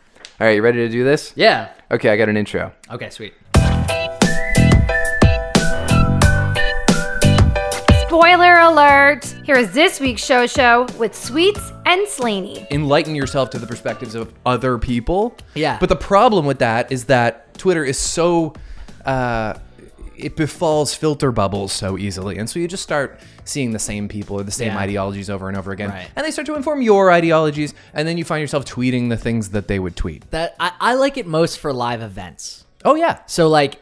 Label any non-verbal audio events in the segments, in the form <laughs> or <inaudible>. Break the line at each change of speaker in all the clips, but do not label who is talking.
All right, you ready to do this?
Yeah.
Okay, I got an intro.
Okay, sweet.
Spoiler alert! Here is this week's show show with Sweets and Slaney.
enlighten yourself to the perspectives of other people.
Yeah.
But the problem with that is that Twitter is so uh it befalls filter bubbles so easily. And so you just start seeing the same people or the same
Yeah.
ideologies over and over again.
Right.
And they start to inform your ideologies and then you find yourself tweeting the things that they would tweet.
That I, I like it most for live events.
Oh yeah.
So like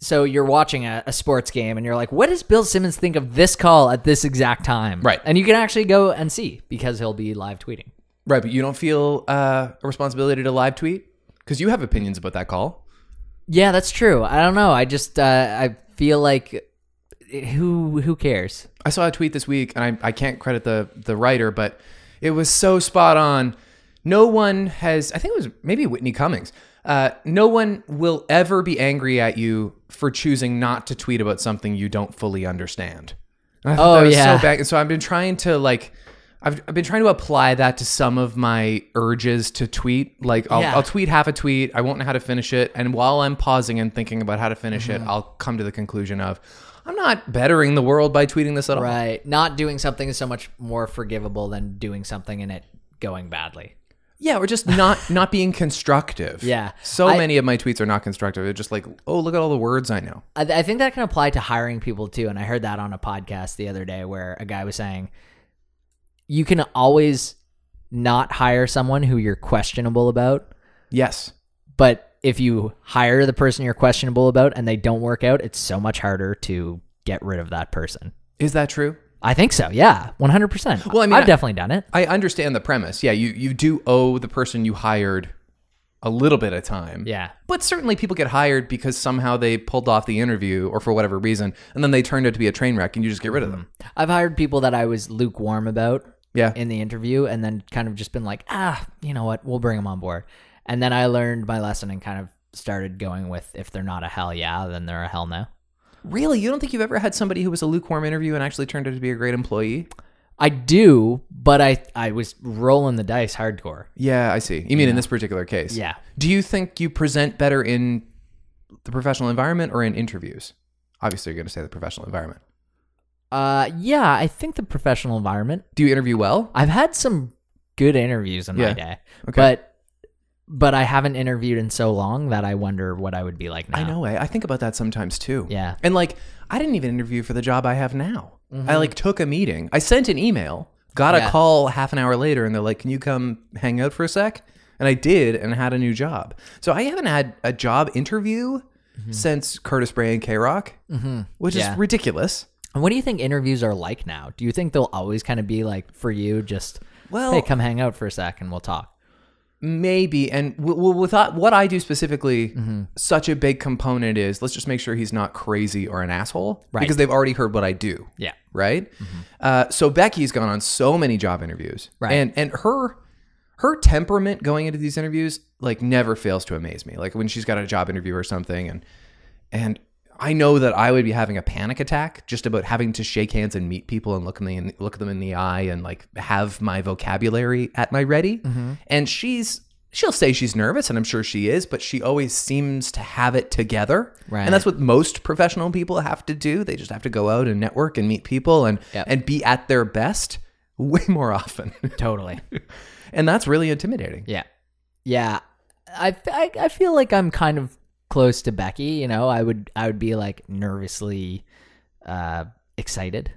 so you're watching a, a sports game and you're like, what does Bill Simmons think of this call at this exact time?
Right.
And you can actually go and see because he'll be live tweeting.
Right, but you don't feel uh, a responsibility to live tweet cuz you have opinions about that call.
Yeah, that's true. I don't know. I just uh, I feel like who who cares?
I saw a tweet this week, and I, I can't credit the the writer, but it was so spot on. No one has, I think it was maybe Whitney Cummings. Uh, no one will ever be angry at you for choosing not to tweet about something you don't fully understand. And I thought
Oh,
that was
yeah.
so bad. And so I've been trying to like, I've, I've been trying to apply that to some of my urges to tweet. Like I'll,
Yeah.
I'll tweet half a tweet. I won't know how to finish it. And while I'm pausing and thinking about how to finish
Mm-hmm.
it, I'll come to the conclusion of, I'm not bettering the world by tweeting this at all.
Right. Not doing something is so much more forgivable than doing something and it going badly.
Yeah, or just not
<laughs>
not being constructive.
Yeah.
So
I-
many of my tweets are not constructive. They're just like, oh, look at all the words I know.
I, I think that can apply to hiring people too. And I heard that on a podcast the other day where a guy was saying, you can always not hire someone who you're questionable about,
Yes.
but if you hire the person you're questionable about and they don't work out, it's so much harder to get rid of that person.
Is that true?
I think so. Yeah, one hundred percent.
Well, I mean,
I've
I-
definitely done it.
I understand the premise. Yeah, you you do owe the person you hired a little bit of time.
Yeah.
But certainly people get hired because somehow they pulled off the interview or for whatever reason, and then they turned out to be a train wreck and you just get rid of them.
I've hired people that I was lukewarm about
Yeah.
in the interview and then kind of just been like, ah, you know what, we'll bring them on board. And then I learned my lesson and kind of started going with if they're not a hell yeah, then they're a hell no.
really? You don't think you've ever had somebody who was a lukewarm interview and actually turned out to be a great employee?
I do, but I I was rolling the dice hardcore.
Yeah, I see. You mean in this particular case?
Yeah.
Do you think you present better in the professional environment or in interviews? Obviously, you're going to say the professional environment.
Uh yeah, I think the professional environment.
Do you interview well?
I've had some good interviews in my
Yeah.
day.
Okay.
But but I haven't interviewed in so long that I wonder what I would be like now.
I know. eh? I, I think about that sometimes too.
Yeah. Mm-hmm.
And like, I didn't even interview for the job I have now. I like took a meeting. I sent an email, got
Yeah.
a call half an hour later, and they're like, "Can you come hang out for a sec?" And I did, and had a new job. So I haven't had a job interview since Curtis Bray and K Rock, which
Mm-hmm. Yeah.
is ridiculous.
And what do you think interviews are like now? Do you think they'll always kind of be like for you, just
Well-
hey, come hang out for a sec and we'll talk?
Maybe, and w- w- with that- what I do specifically,
Mm-hmm.
such a big component is let's just make sure he's not crazy or an asshole,
Right.
Because they've already heard what I do,
Yeah.
right? Uh, so Becky's gone on so many job interviews,
Right.
And and her her temperament going into these interviews like never fails to amaze me. Like when she's got a job interview or something, and and I know that I would be having a panic attack just about having to shake hands and meet people and look in the look them in the eye and like have my vocabulary at my ready.
Mm-hmm.
And she's she'll say she's nervous and I'm sure she is, but she always seems to have it together.
Right.
And that's what most professional people have to do. They just have to go out and network and meet people and
Yep.
and be at their best way <laughs> more often.
Totally.
and that's really intimidating.
yeah. Yeah. I, I, I feel like I'm kind of close to Becky, you know, I would, I would be like nervously, uh, excited.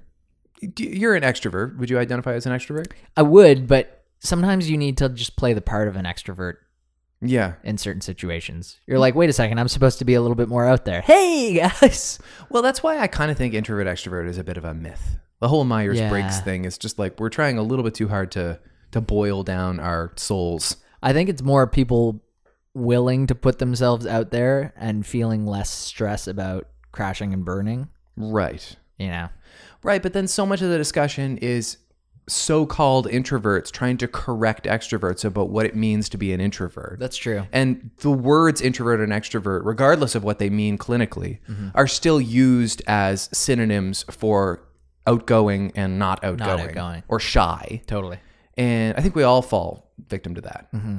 D- You're an extrovert. Would you identify as an extrovert?
I would, but sometimes you need to just play the part of an extrovert
Yeah.
in certain situations. You're like, wait a second, I'm supposed to be a little bit more out there. Hey <laughs> guys.
Well, that's why I kind of think introvert extrovert is a bit of a myth. The whole Myers Briggs
Yeah.
thing is just like we're trying a little bit too hard to to boil down our souls.
I think it's more people willing to put themselves out there and feeling less stress about crashing and burning,
Right.
you know.
Right, but then so much of the discussion is so-called introverts trying to correct extroverts about what it means to be an introvert.
That's true.
and the words introvert and extrovert, regardless of what they mean clinically,
Mm-hmm.
are still used as synonyms for outgoing and not outgoing,
outgoing.
or shy.
Totally.
And I think we all fall victim to that. It's
Mm-hmm.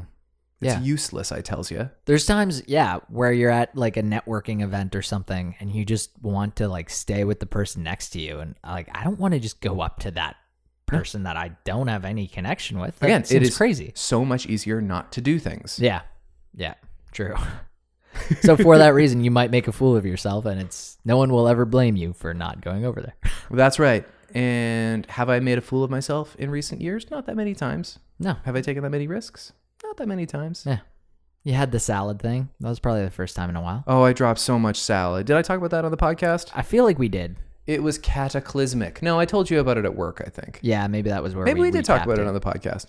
Yeah.
useless, I tells you.
There's times, yeah, where you're at like a networking event or something and you just want to like stay with the person next to you. And like, I don't want to just go up to that person that I don't have any connection with. That
Again, it
seems
is
crazy.
So much easier not to do things.
Yeah. Yeah.
<laughs>
True. so for that reason, you might make a fool of yourself and it's no one will ever blame you for not going over there.
That's right. And have I made a fool of myself in recent years? Not that many times.
No.
Have I taken that many risks? Not that many times.
Yeah. You had the salad thing. That was probably the first time in a while.
Oh, I dropped so much salad. Did I talk about that on the podcast?
I feel like we did.
It was cataclysmic. No, I told you about it at work, I think.
Yeah, maybe that was where
Maybe we, did talk
recapped
about it on the podcast.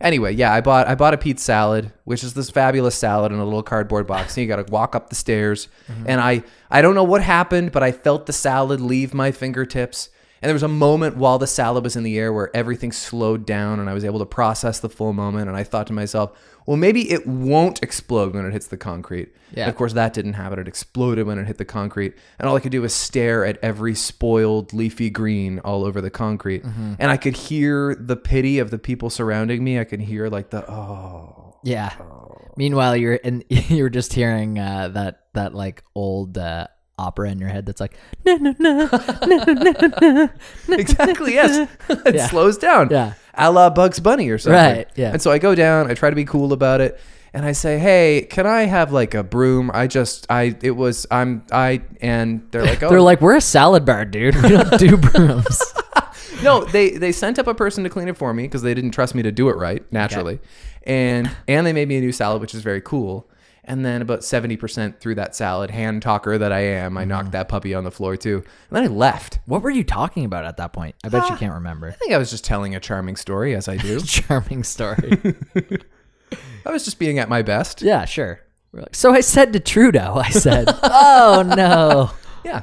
Anyway, yeah, I bought I bought a Pete's salad, which is this fabulous salad in a little cardboard box. And you got to walk up the stairs, and I I don't know what happened, but I felt the salad leave my fingertips, and there was a moment while the salad was in the air where everything slowed down, and I was able to process the full moment. And I thought to myself, well, maybe it won't explode when it hits the concrete.
Yeah.
Of course, that didn't happen. It exploded when it hit the concrete, and all I could do was stare at every spoiled leafy green all over the concrete.
Mm-hmm.
And I could hear the pity of the people surrounding me. I could hear like the oh, <laughs>
Yeah. Meanwhile, you're and <laughs> you're just hearing uh, that that like old uh, opera in your head that's like no no no no no no no.
exactly
<laughs>
yes. it
Yeah.
slows down.
Yeah.
a la Bugs Bunny or something.
Right, yeah.
And so I go down. I try to be cool about it. And I say, "Hey, can I have like a broom? I just, I, it was, I'm, I." And they're
<laughs>
like, "Oh,
They're like we're a salad bar, dude. We
<laughs>
don't do brooms.
no, they they sent up a person to clean it for me because they didn't trust me to do it right naturally, and and they made me a new salad, which is very cool. And then about seventy percent through that salad, hand talker that I am, I
Mm.
knocked that puppy on the floor too, and then I left. I
what were you talking about at that point? I
<sighs>
bet you can't remember. <laughs>
think I was just telling a charming story as I do. <laughs>
Charming story.
I was just being at my best.
yeah, sure. We're like, So I said to Trudeau, I said, "Oh
<laughs>
no."
Yeah,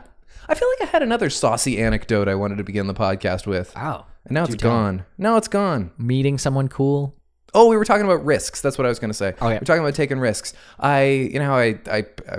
I feel like I had another saucy anecdote I wanted to begin the podcast with,
Wow.
and now it's gone. Now it's gone.
Meeting someone cool.
Oh, we were talking about risks. That's what I was going to say.
Oh, yeah.
We're talking about taking risks. I, you know, how I, I, I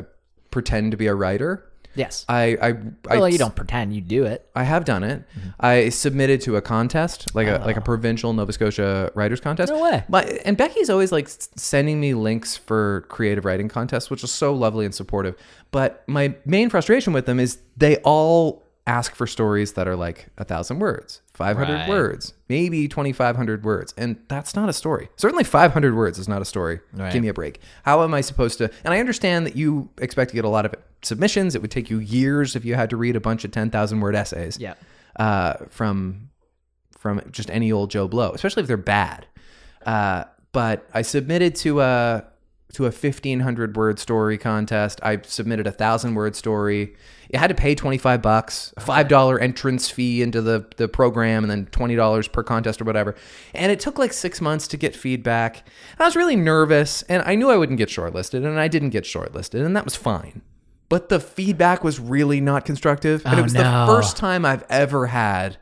pretend to be a writer.
Yes.
I, I, I,
well, you don't pretend. You do it.
I have done it. I submitted to a contest, like a like a provincial Nova Scotia writers contest.
Ah. No way.
My, and Becky's always like s- sending me links for creative writing contests, which is so lovely and supportive. But my main frustration with them is they all ask for stories that are like a thousand words, five hundred
Right.
words, maybe twenty five hundred words, and that's not a story. Certainly, five hundred words is not a story.
Right.
Give me a break. How am I supposed to? And I understand that you expect to get a lot of submissions. It would take you years if you had to read a bunch of ten thousand word essays
Yeah.
uh, from from just any old Joe Blow, especially if they're bad. Uh, but I submitted to a to a fifteen hundred word story contest. I submitted a thousand word story. You had to pay twenty five bucks, a five dollar entrance fee into the the program, and then twenty dollars per contest or whatever. And it took like six months to get feedback. And I was really nervous, and I knew I wouldn't get shortlisted, and I didn't get shortlisted, and that was fine. But the feedback was really not constructive, and
Oh,
it was
no.
the first time I've ever had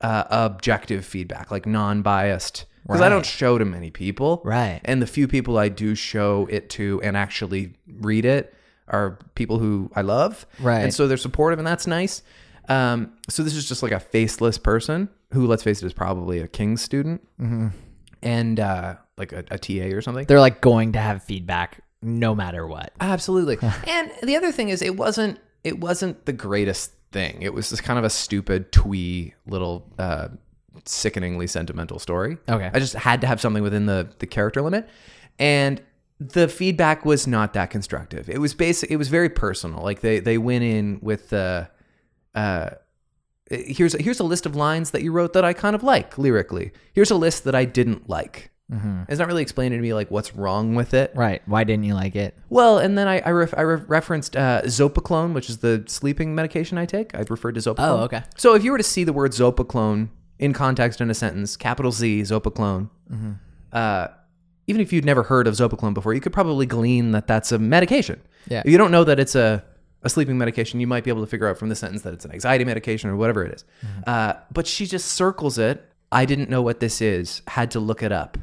uh, objective feedback, like non-biased, because I don't show to many people.
Right.
And the few people I do show it to and actually read it are people who I love.
Right.
And so they're supportive, and that's nice. Um, so this is just like a faceless person who, let's face it, is probably a King student
Mm-hmm.
and uh, like a, a TA or something.
They're like going to have feedback no matter what.
Absolutely. and the other thing is it wasn't it wasn't the greatest thing. It was just kind of a stupid, twee little uh sickeningly sentimental story.
Okay.
I just had to have something within the the character limit. And the feedback was not that constructive. It was basic it was very personal. Like they they went in with the uh here's here's a list of lines that you wrote that I kind of like lyrically. Here's a list that I didn't like. It's not really explaining to me like what's wrong with it.
Right. Why didn't you like it?
Well, and then I I, ref, I re- referenced uh, Zopaclone, which is the sleeping medication I take. I referred to Zopaclone.
Oh, okay.
So if you were to see the word Zopaclone in context in a sentence, capital Z Zopaclone,
Mm-hmm.
uh, even if you'd never heard of Zopaclone before, you could probably glean that that's a medication.
Yeah.
If you don't know that it's a a sleeping medication, you might be able to figure out from the sentence that it's an anxiety medication or whatever it is.
Mm-hmm.
Uh, but she just circles it. I didn't know what this is. Had to look it up.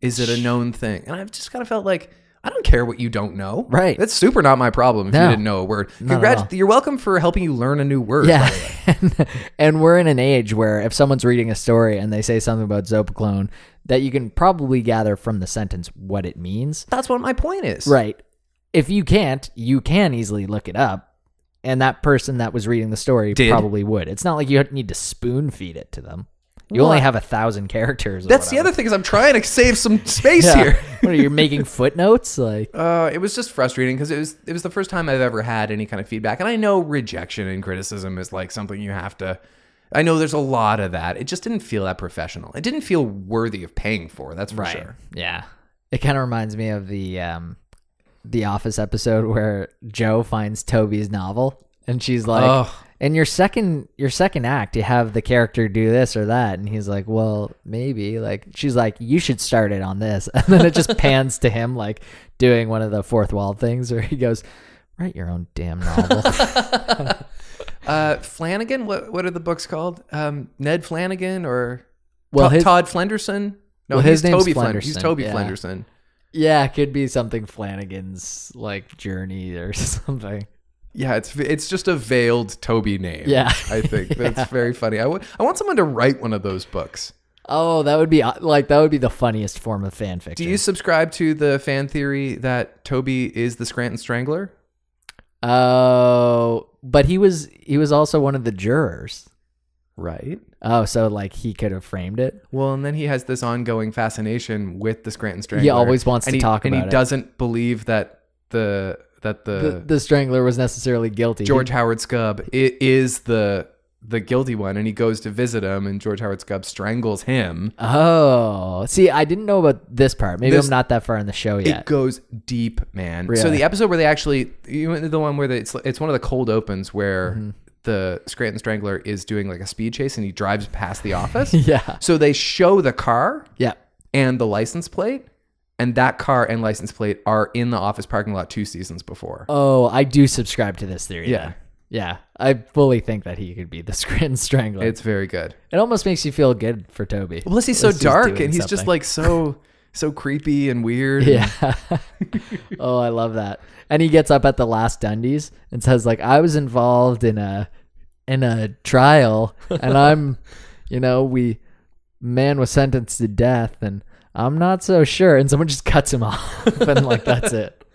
Is it a known thing? And I've just kind of felt like I don't care what you don't know.
Right.
That's super not my problem if you
No.
didn't know a word.
Not at all.
Congrats. You're welcome for helping you learn a new word.
Yeah. <laughs> and, and we're in an age where if someone's reading a story and they say something about Zopaclone, that you can probably gather from the sentence what it means.
That's what my point is.
Right. If you can't, you can easily look it up. And that person that was reading the story
Did.
probably would. It's not like you need to spoon feed it to them. You only
What?
have a thousand characters. or
That's the
whatever.
other thing is I'm trying to save
<laughs>
some space
Yeah.
here.
what are you
<laughs>
making footnotes? Like
Uh, it was just frustrating because it was it was the first time I've ever had any kind of feedback, and I know rejection and criticism is like something you have to. I know there's a lot of that. It just didn't feel that professional. It didn't feel worthy of paying for. That's for
Right.
sure.
Yeah. It kind of reminds me of the um the office episode <laughs> where Joe finds Toby's novel and she's like
Ugh.
in your second your second act you have the character do this or that and he's like, "Well, maybe." Like she's like, "You should start it on this." <laughs> And then it just pans to him like doing one of the fourth wall things where he goes, "Write your own
<laughs>
damn novel."
Uh, Flanagan, what what are the books called? Um, Ned Flanagan or
Well,
To-
his-
Todd Flenderson? No,
Well,
he's
his name's
Toby Flenderson. He's
Flenderson,
Toby
yeah.
Flenderson.
yeah, it could be something Flanagan's like journey or <laughs> something.
Yeah, it's it's just a veiled Toby name.
<laughs> Yeah.
I think that's very funny. I wa- I want someone to write one of those books.
Oh, that would be uh, like that would be the funniest form of fan fiction.
Do you subscribe to the fan theory that Toby is the Scranton Strangler?
Oh, but he was he was also one of the jurors.
Right.
Oh, so like he could have framed it.
Well, and then he has this ongoing fascination with the Scranton Strangler.
always wants
and
to
he-
talk
and
about
he
it.
doesn't believe that the that the,
The, the strangler was necessarily guilty.
Uh, George Howard Scubb i- is the the guilty one, and he goes to visit him, and George Howard Scubb strangles him.
<laughs> Oh, see, I didn't know about this part. Maybe
This-
I'm not that far in the show yet. <laughs>
It goes deep, man. So
Really?
the episode where they actually, you know, the one where they, it's it's one of the cold opens where
Mm-hmm.
the Scranton Strangler is doing like a speed chase, and he drives past
<laughs>
the office.
yeah,
So they show the car
yeah.
and the license plate, and that car and license plate are in the office parking lot two seasons before.
Oh, I do subscribe to this theory.
Yeah.
then. yeah. I fully think that he could be the <laughs> Scranton strangler.
It's very good.
it almost makes you feel good for Toby.
Well, he's so
At least
dark,
doing
and he's just
something.
like so so creepy and weird. and-
Yeah. <laughs> oh, I love that. And he gets up at the last Dundies and says, like, I was involved in a in a trial
<laughs>
and I'm you know, we man was sentenced to death and I'm not so sure and someone just cuts him <laughs> off and like that's it.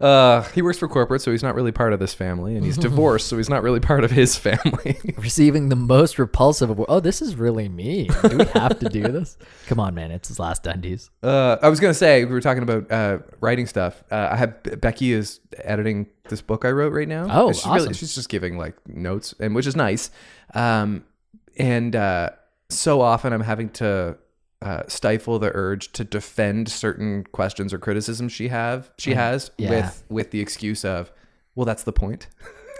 Uh, he works for corporate, so he's not really part of this family,
<laughs>
and he's divorced, so he's not really part of his family.
Receiving the most repulsive award. Oh, this is really me. Do we have to do this? Come on, man. It's his last Dundies.
uh, I was gonna say we were talking about uh, writing stuff. Uh, I have Becky is editing this book I wrote right now.
Oh,
she's
awesome.
she's just giving like notes, and which is nice. Um, and uh, so often I'm having to. Uh, stifle the urge to defend certain questions or criticisms she have she has
Mm, yeah.
with with the excuse of well that's the
<laughs>
point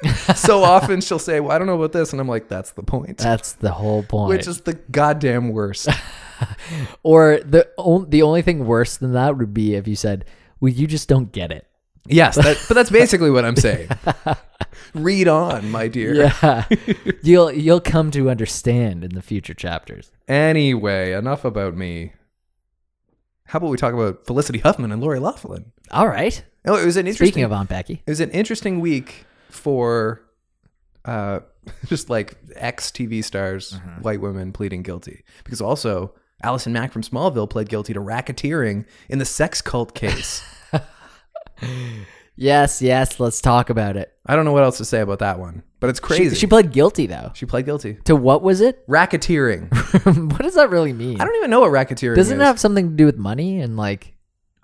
<laughs> so often she'll say well i don't know about this and i'm like that's the point
That's the whole point.
which is the goddamn worst.
or the on, the only thing worse than that would be if you said, "Well, you just don't get it."
yes, that, but that's basically what I'm saying. Read on, my dear. <laughs>
Yeah. you'll you'll come to understand in the future chapters.
Anyway, enough about me. How about we talk about Felicity Huffman and Lori Laughlin?
All right.
Oh, it was an interesting.
Speaking of Aunt Becky.
it was an interesting week for, uh, <laughs> just like ex TV stars,
Mm-hmm.
white women pleading guilty because also. Allison Mack from Smallville pled guilty to racketeering in the sex cult
<laughs>
case.
Yes, yes, let's talk about it.
I don't know what else to say about that one, but it's
She,
crazy.
she pled guilty though.
she pled guilty.
To what was it? <laughs>
Racketeering.
what does that really mean?
I don't even know what racketeering
Doesn't
is.
it have something to do with money and like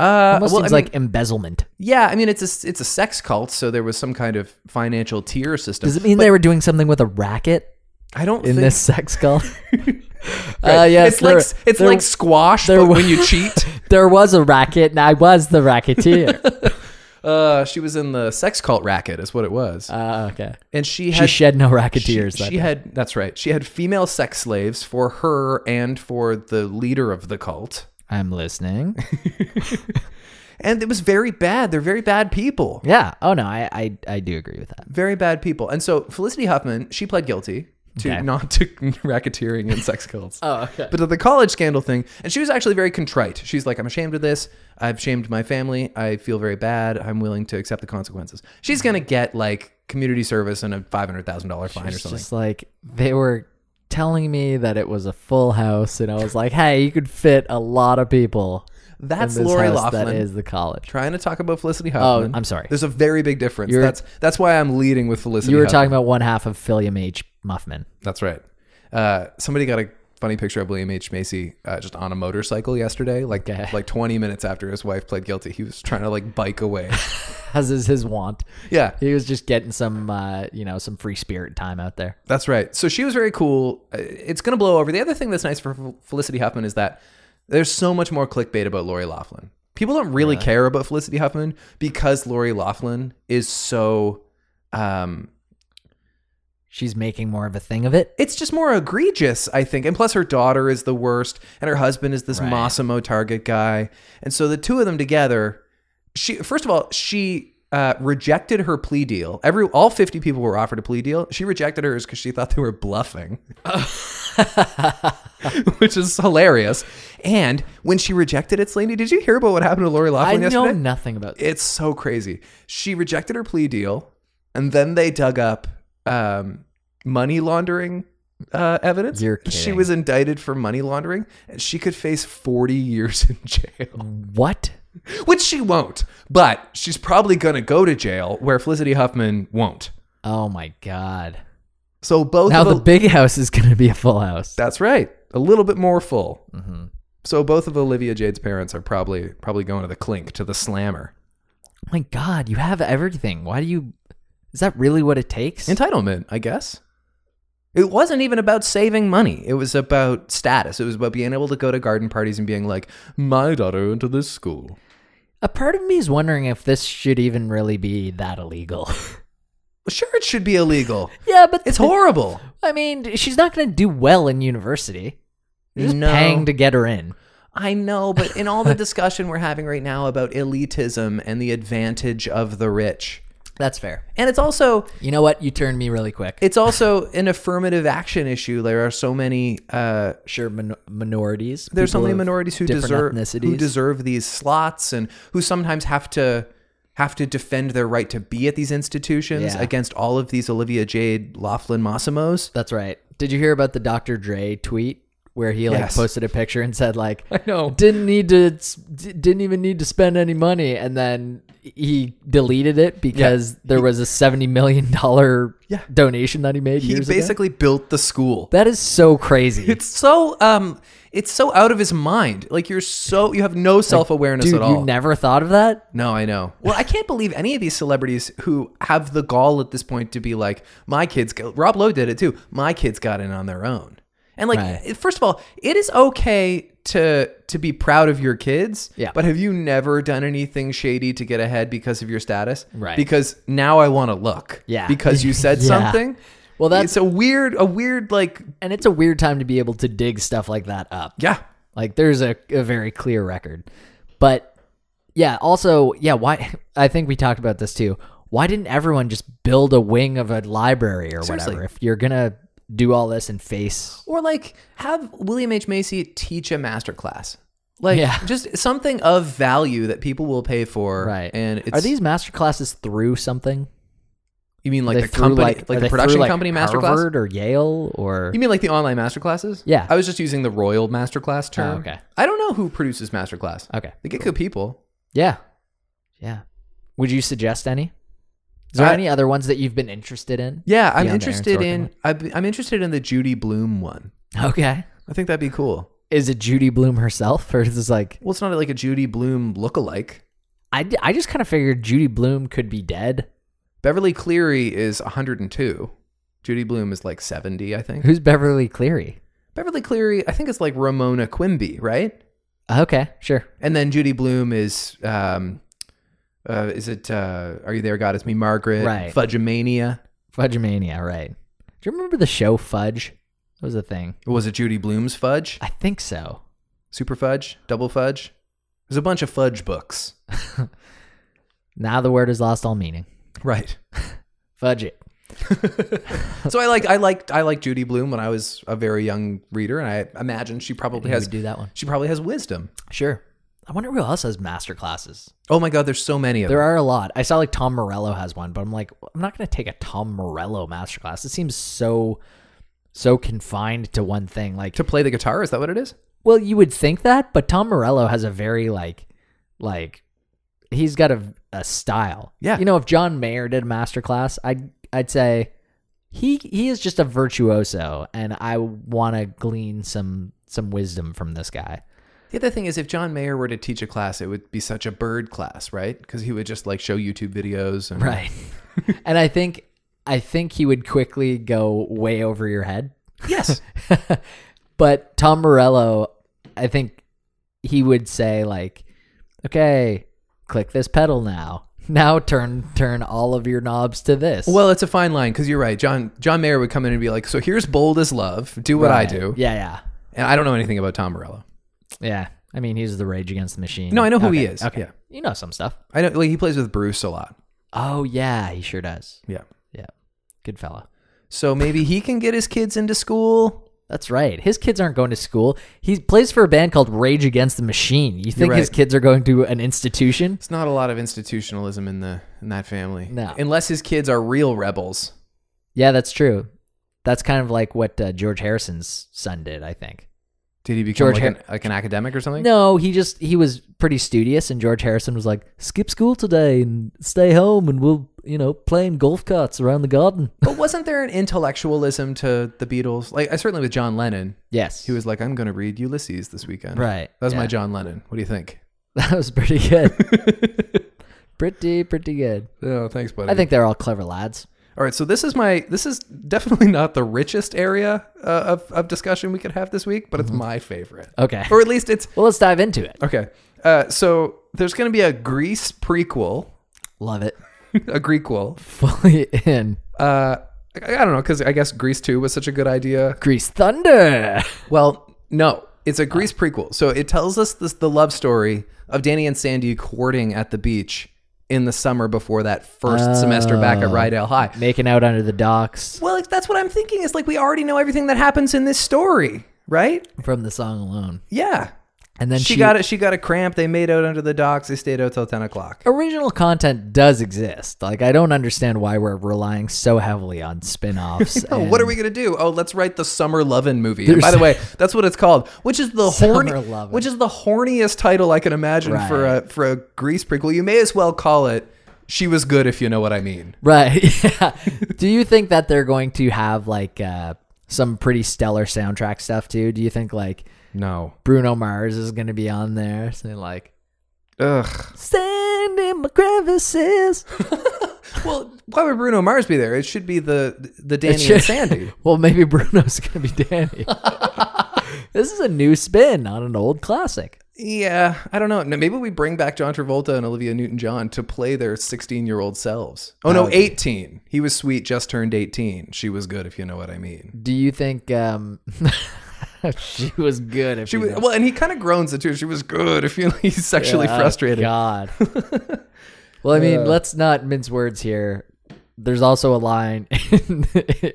uh,
almost
well, I
seems
mean,
like embezzlement?
yeah, I mean it's a it's a sex cult, so there was some kind of financial tier system.
Does
<laughs>
it mean they were doing something with a racket
I don't
in
think, <laughs>
this sex cult?
Right.
uh, yes,
it's like
there-
s- it's
there-
like squash
there
but
wa-
when
<laughs>
you cheat.
there was a racket and I was the
<laughs>
racketeer.
Uh, she was in the sex cult racket, is what it was,
uh, okay.
and she
She
had
shed no
she-
racketeers.
She,
that day.
had that's right. She had female sex slaves for her and for the leader of the cult,
I'm listening.
and it was very bad. They're very bad people.
Yeah. Oh no, I I, I do agree with that.
Very bad people. And so Felicity Huffman, she pled guilty. to
Okay.
not <laughs> to racketeering and sex cults.
Oh, okay.
But to the college scandal thing, and she was actually very contrite. She's like, I'm ashamed of this. I've shamed my family. I feel very bad. I'm willing to accept the consequences. She's going to get like community service and a $500,000 fine or
It's
something.
just like they were telling me that it was a full house, and I was like, "Hey, you could fit a lot of people." in
That's
this
Lori
house That
Loughlin.
is the college.
Trying to talk about Felicity Huffman.
I'm sorry.
There's a very big difference.
You're-
that's that's why I'm leading with Felicity.
You were
Huffman.
talking about one half of William H. Muffman.
That's right. Uh, somebody got a funny picture of William H Macy uh, just on a motorcycle yesterday. Like
Okay.
like 20 minutes after his wife pled guilty, he was trying to like bike away. <laughs>
as is his want.
yeah,
He was just getting some, uh, you know, some free spirit time out there.
that's right. So she was very cool. Uh, It's gonna blow over. The other thing that's nice for Fel- Felicity Huffman is that there's so much more clickbait about Lori Laughlin. People don't really care about Felicity Huffman because Lori Laughlin is so. Um,
She's making more of a thing of it. <laughs>
it's just more egregious, I think. And plus, her daughter is the worst, and her husband is this
Right.
Massimo target guy. And so the two of them together, she first of all, she uh, rejected her plea deal. Every all fifty people were offered a plea deal. She rejected hers because she thought they were bluffing, <laughs> which is hilarious. And when she rejected it, Slaney, did you hear about what happened to Lori
I
Laughlin yesterday?
know nothing about.
It's so crazy. She rejected her plea deal, and then they dug up um, money laundering uh, evidence.
You're
She
kidding.
was indicted for money laundering, and she could face 40 years <laughs> in jail,
What?
which she won't. But she's probably going to go to jail where Felicity Huffman won't.
Oh my god!
Oh, So both
Now
of
the
el-
big house is going to be a full house.
that's right, a little bit more full.
hmm
So both of Olivia Jade's parents are probably probably going to the clink to the slammer.
My god, you have everything. Why do you? Is that really what it takes?
entitlement, I guess. It wasn't even about saving money. It was about status. It was about being able to go to garden parties and being like, my daughter went to this school.
a part of me is wondering if this should even really be that illegal. <laughs>
Well, sure, it should be illegal.
yeah, but
It's horrible.
I mean, she's not going to do well in university. You're just
No.
paying to get her in.
I know, but in all the discussion we're having right now about elitism and the advantage of the rich,
That's fair.
and it's also
You know what? You turned me really quick.
it's also an affirmative action issue. There are so many uh,
sure min- minorities.
there's so
people
many
of
minorities who deserve
different ethnicities.
who deserve these slots and who sometimes have to have to defend their right to be at these institutions
Yeah.
against all of these Olivia Jade Laughlin Massimos.
That's right. Did you hear about the Dr. Dre tweet where he like
Yes.
posted a picture and said like
<laughs> I know.
didn't need to s- d- didn't even need to spend any money and then he deleted it because there was a 70 million dollar
Yeah.
donation that he made
He
years ago?
basically built the school.
That is so crazy.
It's so um it's so out of his mind. Like you're so you have no self-awareness
Dude,
at all.
you never thought of that?
No, I know. Well, I can't believe any of these celebrities who have the gall at this point to be like, my kids, go-" Rob Lowe did it too. My kids got in on their own. And like,
Right.
first of all, it is okay to to be proud of your kids.
Yeah.
But have you never done anything shady to get ahead because of your status?
Right.
Because now I want to look.
Yeah.
Because
<laughs>
you said
Yeah.
something.
Well, that's
it's a weird, a weird like,
and it's a weird time to be able to dig stuff like that up.
yeah.
Like there's a, a very clear record. But yeah, also, yeah, why <laughs> I think we talked about this too. Why didn't everyone just build a wing of a library or
Seriously.
whatever if you're going to do all this and face
Or like have William H. Macy teach a master class. Like
Yeah.
just something of value that people will pay for.
right.
And it's,
are these master classes through something?
you mean like
They
the
through,
company
are
like,
they
the
through,
production
like,
company master class?
Harvard or Yale or
You mean like the online master classes?
Yeah.
I was just using the royal master class term.
Oh, okay.
I don't know who produces master class.
Okay.
They get good people.
Yeah. Yeah. Would you suggest any? Is there
I-
any other ones that you've been interested in?
Yeah, I'm
Beyond the
interested
Aaron Sorkin
in
one.
I've, I'm interested in the Judy Bloom one.
Okay.
I think that'd be cool.
Is it Judy Bloom herself or is this like
Well, it's not like a Judy Bloom lookalike.
I, d- I just kind of figured Judy Bloom could be dead.
Beverly Cleary is 102. Judy Bloom is like 70, I think.
Who's Beverly Cleary?
Beverly Cleary, I think it's like Ramona Quimby, right?
Okay, sure.
And then Judy Bloom is, um, uh, is it? Uh, Are you there, God? It's me, Margaret.
Right.
Fudgemania.
Fudgemania, right. Do you remember the show Fudge? That was a thing.
Was it Judy Bloom's fudge?
I think so.
Super fudge? Double fudge? There's a bunch of fudge
<laughs>
books.
Now the word has lost all meaning.
Right.
Fudge it.
So I like I liked I liked Judy Bloom when I was a very young reader, and I imagine she probably
You
has
would do that one.
she probably has wisdom.
Sure. I wonder who else has master classes.
Oh my God, there's so many of
There
them.
are a lot. I saw like Tom Morello has one, but I'm like, I'm not going to take a Tom Morello master class. It seems so, so confined to one thing. Like,
To play the guitar, is that what it is?
well, you would think that, but Tom Morello has a very like, like, he's got a, a style.
Yeah.
You know, if John Mayer did a master class, I'd I'd say he he is just a virtuoso, and I want to glean some some wisdom from this guy.
The other thing is, if John Mayer were to teach a class, it would be such a bird class, right? Because he would just like show YouTube videos and
Right. <laughs> and I think I think he would quickly go way over your head.
Yes,
<laughs> but Tom Morello, I think he would say like, "Okay, click this pedal now. <laughs> Now turn turn all of your knobs to this."
well, it's a fine line because you're right. John John Mayer would come in and be like, "So here's bold as love. Do what I
Right.
do."
Yeah, yeah.
And I don't know anything about Tom Morello.
Yeah. I mean, he's the Rage Against the Machine.
No, I know who he
Okay,
is.
Okay.
Yeah.
You know some stuff.
I know like he plays with Bruce a lot.
Oh, yeah, he sure does.
Yeah.
Yeah. Good fella.
So maybe he can get his kids into school.
That's right. His kids aren't going to school. He plays for a band called Rage Against the Machine. You think his
right.
kids are going to an institution?
It's not a lot of institutionalism in the in that family.
No.
Unless his kids are real rebels.
Yeah, that's true. That's kind of like what uh, George Harrison's son did, I think.
Did he become
George
like,
Har-
an, like an academic or something?
No, he just he was pretty studious, and George Harrison was like, "Skip school today and stay home, and we'll you know play in golf carts around the garden."
But wasn't there an intellectualism to the Beatles? Like I certainly with John Lennon,
Yes,
he was like, "I'm going to read Ulysses this weekend."
right.
That was my
yeah.
John Lennon. What do you think?
<laughs> That was pretty <laughs> good. pretty pretty good.
Oh, thanks, buddy.
I think they're all clever lads.
All right, so this is my this is definitely not the richest area uh, of of discussion we could have this week, but it's
Mm-hmm.
my favorite,
Okay.
or at least it's
Well, let's dive into it.
okay. Uh, so there's going to be a Grease prequel,
Love it.
a Grequel.
Fully in.
Uh, I, I don't know because I guess Grease Two was such a good idea.
Grease Thunder.
Well, no, it's a Grease prequel. So it tells us this, the love story of Danny and Sandy courting at the beach in the summer before that first semester back
Oh,
at Rydell High.
Making out under the docks
Well, like, that's what I'm thinking. Is like we already know everything that happens in this story, right?
from the song alone.
Yeah.
And then
she, got it. She got a cramp. They made out under the docks. They stayed out till ten o'clock.
Original content does exist. Like I don't understand why we're relying so heavily on
<laughs>
spin-offs.
Oh,
and-
what are we gonna do? Oh, let's write the summer lovin' movie. And <laughs> by the way, that's what it's called, which is the horny,
Summer Lovin'.
which is the horniest title I can imagine for a for a Grease prequel. You may as well call it "She Was Good," if you know what I mean.
Right. <laughs> Yeah. do you think that they're going to have like uh some pretty stellar soundtrack stuff too? Do you think like
No,
Bruno Mars is going to be on there saying like
ugh.
Stand in my crevices.
Well, why would Bruno Mars be there? It should be the the <laughs> Danny
should- <laughs>
and <laughs> Sandy.
Well, maybe Bruno's <laughs> going to be Danny. this is a new spin on an old classic.
Yeah, I don't know. No, Maybe we bring back John Travolta and Olivia Newton-John to play their 16-year-old selves. Oh no, 18. He was sweet, just turned 18. She was good, if you know what I mean.
Do you think um, <laughs> she was good? If
She
you
was,
know.
well, and he kind of groans it too. She was good, <laughs> if you he's sexually
Oh,
frustrated.
God. well, I mean, let's not mince words here. There's also a line <laughs> in,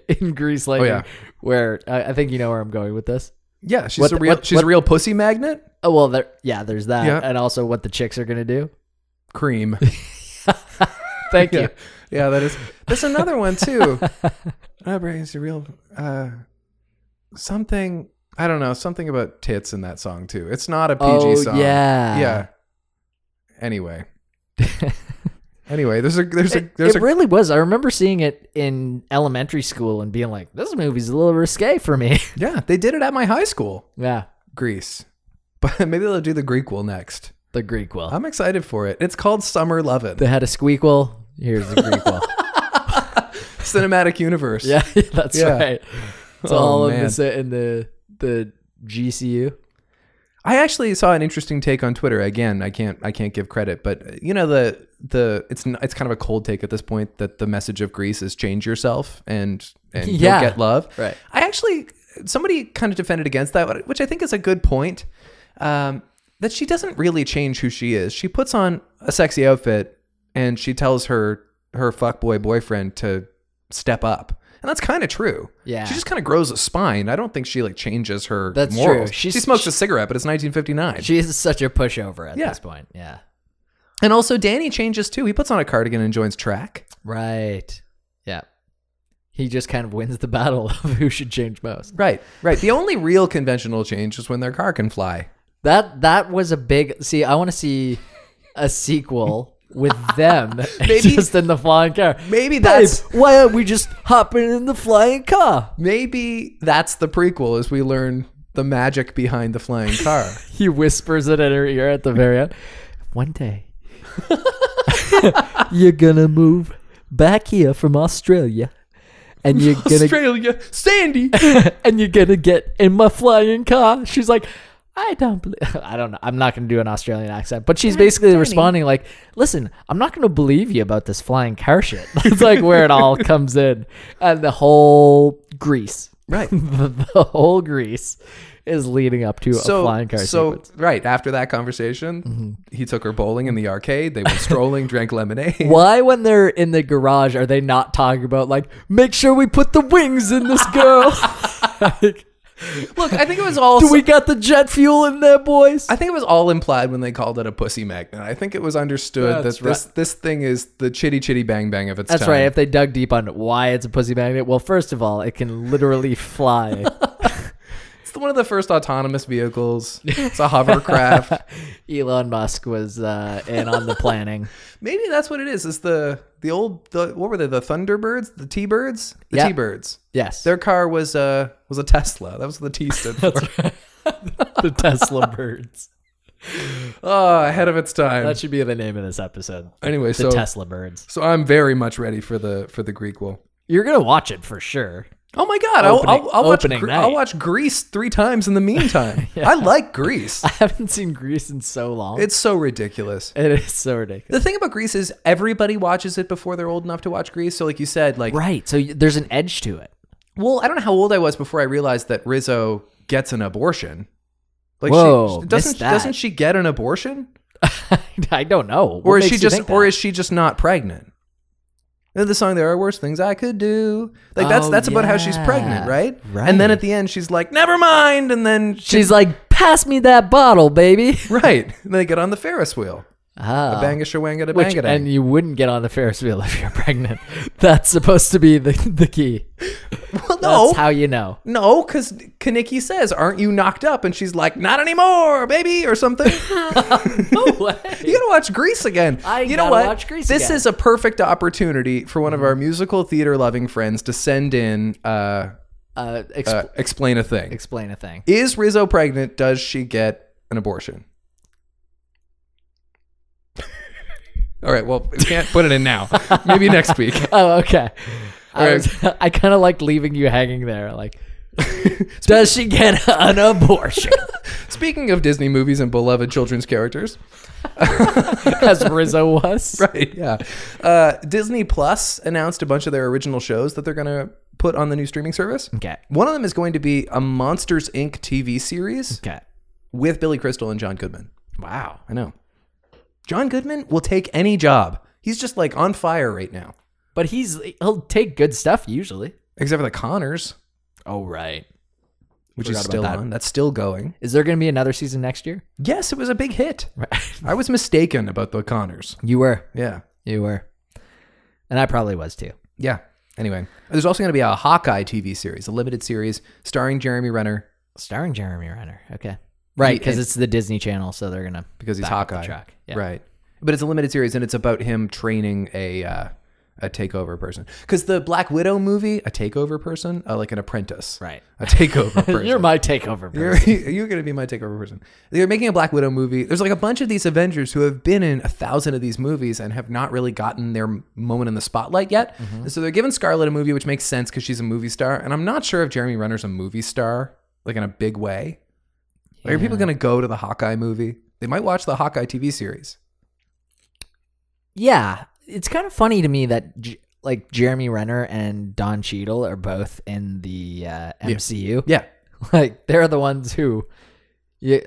in Grease Lightning
Oh, yeah.
where I, I think you know where I'm going with this.
<laughs> Yeah, she's
What
a
the-
real
what-
she's
what-
a real pussy magnet.
Oh well, there. Yeah, there's that,
Yeah.
and also what the chicks are gonna do. <laughs>
Cream.
Thank
yeah.
you.
yeah, that is. That's another one
<laughs>
too. I bring is a real uh something I don't know, something about tits in that song too. It's not a PG
Oh,
song.
yeah.
Yeah. Anyway. anyway, there's a there's a
It,
there's a
it really was. I remember seeing it in elementary school and being like, "This movie's a little risque for me." <laughs>
Yeah, they did it at my high school,
yeah,
Greece. But <laughs> maybe they'll do the Greek will next.
the Greek will.
I'm excited for it. It's called Summer Lovin'.
<laughs> They had a squeakquel. Here's the Greek
<laughs>
will.
Cinematic Universe.
Yeah, <laughs> that's
Yeah.
right. It's
Oh,
all
man.
of this in the the GCU.
I actually saw an interesting take on Twitter. Again, I can't I can't give credit, but uh, you know the the it's n- it's kind of a cold take at this point that the message of Greece is change yourself and
<laughs>
and
Yeah.
you'll get love.
Right.
I actually somebody kind of defended against that, which I think is a good point. Um, that she doesn't really change who she is. She puts on a sexy outfit and she tells her her fuckboy boyfriend to step up. And that's kind of true.
Yeah.
She just kind of grows a spine. I don't think she like changes her
That's true.
morals. She
She's-
smokes a cigarette, but it's 1959.
She is such a pushover at
Yeah.
this point. Yeah.
and also Danny changes too. He puts on a cardigan and joins track.
Right. Yeah. He just kind of wins the <laughs> battle of who should change most.
Right. Right. The only real conventional change is when their car can fly.
That that was a big see, I want to see a sequel with
<laughs>
them
Maybe-
just in the flying car.
Maybe
Babe,
that's-
why aren't we just hopping in the flying car?
Maybe that's the prequel as we learn the magic behind the flying car.
He whispers it in her ear at the very end.
<laughs>
One day <laughs> you're gonna move back here from Australia and you're gonna
<laughs> Australia, Sandy.
and you're gonna get in my flying car. She's like, I don't believe. <laughs> I don't know. I'm not gonna do an Australian accent, but she's basically responding like, "Listen, I'm not gonna believe you about this flying car shit." <laughs> That's like where it all comes in, and the whole Greece,
<laughs> <laughs> Right.
the, <laughs> the whole Greece is leading up to a flying car
so
sequence. Mm-hmm.
right after that conversation, he took her bowling in the arcade. They went <laughs> strolling, drank lemonade.
Why, when they're in the garage, are they not talking about like, make sure we put the wings in this girl? <laughs>
<laughs>
Like,
Look, I think it was all.
do we got the jet fuel in there, boys?
I think it was all implied when they called it a pussy magnet. I think it was understood
That's
that this this thing is the chitty chitty bang bang of its
That's
time.
right. If they dug deep on why it's a pussy magnet, well, first of all, it can literally <laughs> fly.
It's one of the first autonomous
<laughs>
vehicles. It's a hovercraft.
Elon Musk was uh, in on the planning.
Maybe that's what it is. Is the the old the what were they? The Thunderbirds, the T birds, the
Yeah.
T birds.
<laughs> Yes,
Their car was a was a Tesla. That was what the
<laughs>
T stood for.
the <laughs> Tesla birds.
oh, ahead of its time.
That should be the name of this episode.
anyway,
The
so
Tesla birds.
so I'm very much ready for the for the Greek will.
You're gonna watch it for sure.
Oh my God! I'll,
Opening-
I'll, I'll watch.
opening
Gre-
night.
I'll watch Grease three times in the
<laughs>
meantime. I like Grease.
I haven't seen Greece in so long.
It's so ridiculous.
it is so ridiculous.
The thing about Grease is everybody watches it before they're old enough to watch Grease. So, like you said, like
Right. So y- there's an edge to it.
well, I don't know how old I was before I realized that Rizzo gets an abortion. Like she-
Whoa,
she, doesn't
missed that.
doesn't she get an abortion,
<laughs> I don't know. What
or is
makes
she
you
just
think
or
that?
is she just not pregnant? And the song "There Are Worse Things I Could Do," like that's
Oh,
that's about how she's
yeah.
pregnant, right? And then
Right.
at the end, she's like, "Never mind," and then she,
she's like, pass me that bottle, baby.
<laughs> right. And they get on the Ferris wheel.
Ah.
A banga shawanga to
Which,
banga
and you wouldn't get on the Ferris wheel if you're <laughs> pregnant. That's supposed to be the, the key.
Well,
That's
no,
how you know.
no, because Kaniki says, "Aren't you knocked up?" And she's like, "Not anymore, baby," or something.
<laughs> No way.
<laughs> You gotta watch Grease again.
I
you know
gotta
what?
watch Grease
this
again.
is a perfect opportunity for one of our musical theater loving friends to send in. Uh,
Uh, ex-
uh, explain a thing.
explain a thing.
Is Rizzo pregnant? Does she get an abortion? <laughs> All right. Well, we can't put it in <laughs> now. Maybe next week.
Oh, okay. I,
Alright.
was, <laughs> I kind of like leaving you hanging there. <laughs> Like, does she get an abortion?
<laughs>
<laughs>
Speaking of Disney movies and beloved children's characters,
As Rizzo
<laughs>
was.
right? Yeah. Uh, Disney Plus announced a bunch of their original shows that they're going to put on the new streaming service.
Okay.
One of them is going to be a Monsters Inc. TV series
Okay.
with Billy Crystal and John Goodman.
Wow.
I know. John Goodman will take any job. He's just like on fire right now,
But he's he'll take good stuff usually.
except for the Connors,
Oh right.
which
Forgot
is
about
still
that.
on. That's still going.
Is there going to be another season next year?
Yes, it was a big hit.
Right.
I was mistaken about the Connors.
You were.
Yeah.
You were. And I probably was too.
Yeah. Anyway, there's also going to be a Hawkeye TV series, a limited series starring Jeremy Renner
starring Jeremy Renner. Okay, right, because
and-
it's the Disney Channel, so they're gonna
because he's
back up the
Hawkeye.
track. Yeah.
Right. But it's a limited series and it's about him training a uh, a takeover person. Because the Black Widow movie, a takeover person, uh, like an apprentice.
right.
A
<laughs>
takeover person.
You're my takeover. Bruce.
You're, <laughs> you're going to be my takeover person. They're making a Black Widow movie. There's like a bunch of these Avengers who have been in a thousand of these movies and have not really gotten their moment in the spotlight yet. And So they're giving Scarlett a movie, which makes sense because she's a movie star. And I'm not sure if Jeremy Renner's a movie star, like in a big way. Like, Are people going to go to the Hawkeye movie? They might watch the Hawkeye TV series.
<laughs> yeah, it's kind of funny to me that J- like Jeremy Renner and Don Cheadle are both in the uh, MCU. <laughs>
Yeah.
Like they're the ones who Yeah,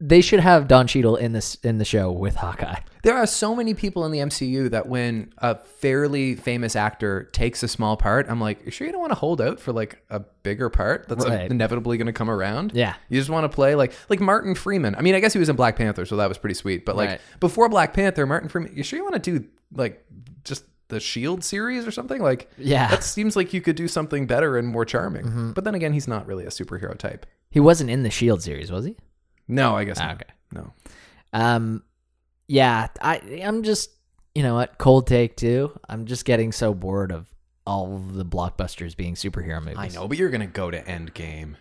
they should have Don Cheadle in this in the show with Hawkeye.
There are so many people in the MCU that when a fairly famous actor takes a small part, I'm like, you sure you don't want to hold out for like a bigger part that's uh,
Right.
inevitably going to come around?
Yeah.
You just want to play like like Martin Freeman. I mean, I guess he was in Black Panther, so that was pretty sweet. But like
Right.
before Black Panther, Martin Freeman, you sure you want to do like just the Shield E series or something?
<sighs>
Like
Yeah.
that seems like you could do something better and more charming.
Mm-hmm.
But then again, he's not really a superhero type.
He wasn't in the Shield E series, was he?
No, I guess not.
okay.
No.
Um, yeah, I I'm just you know what cold take too. I'm just getting so bored of all of the blockbusters being superhero movies.
I know, but you're going to go to Endgame.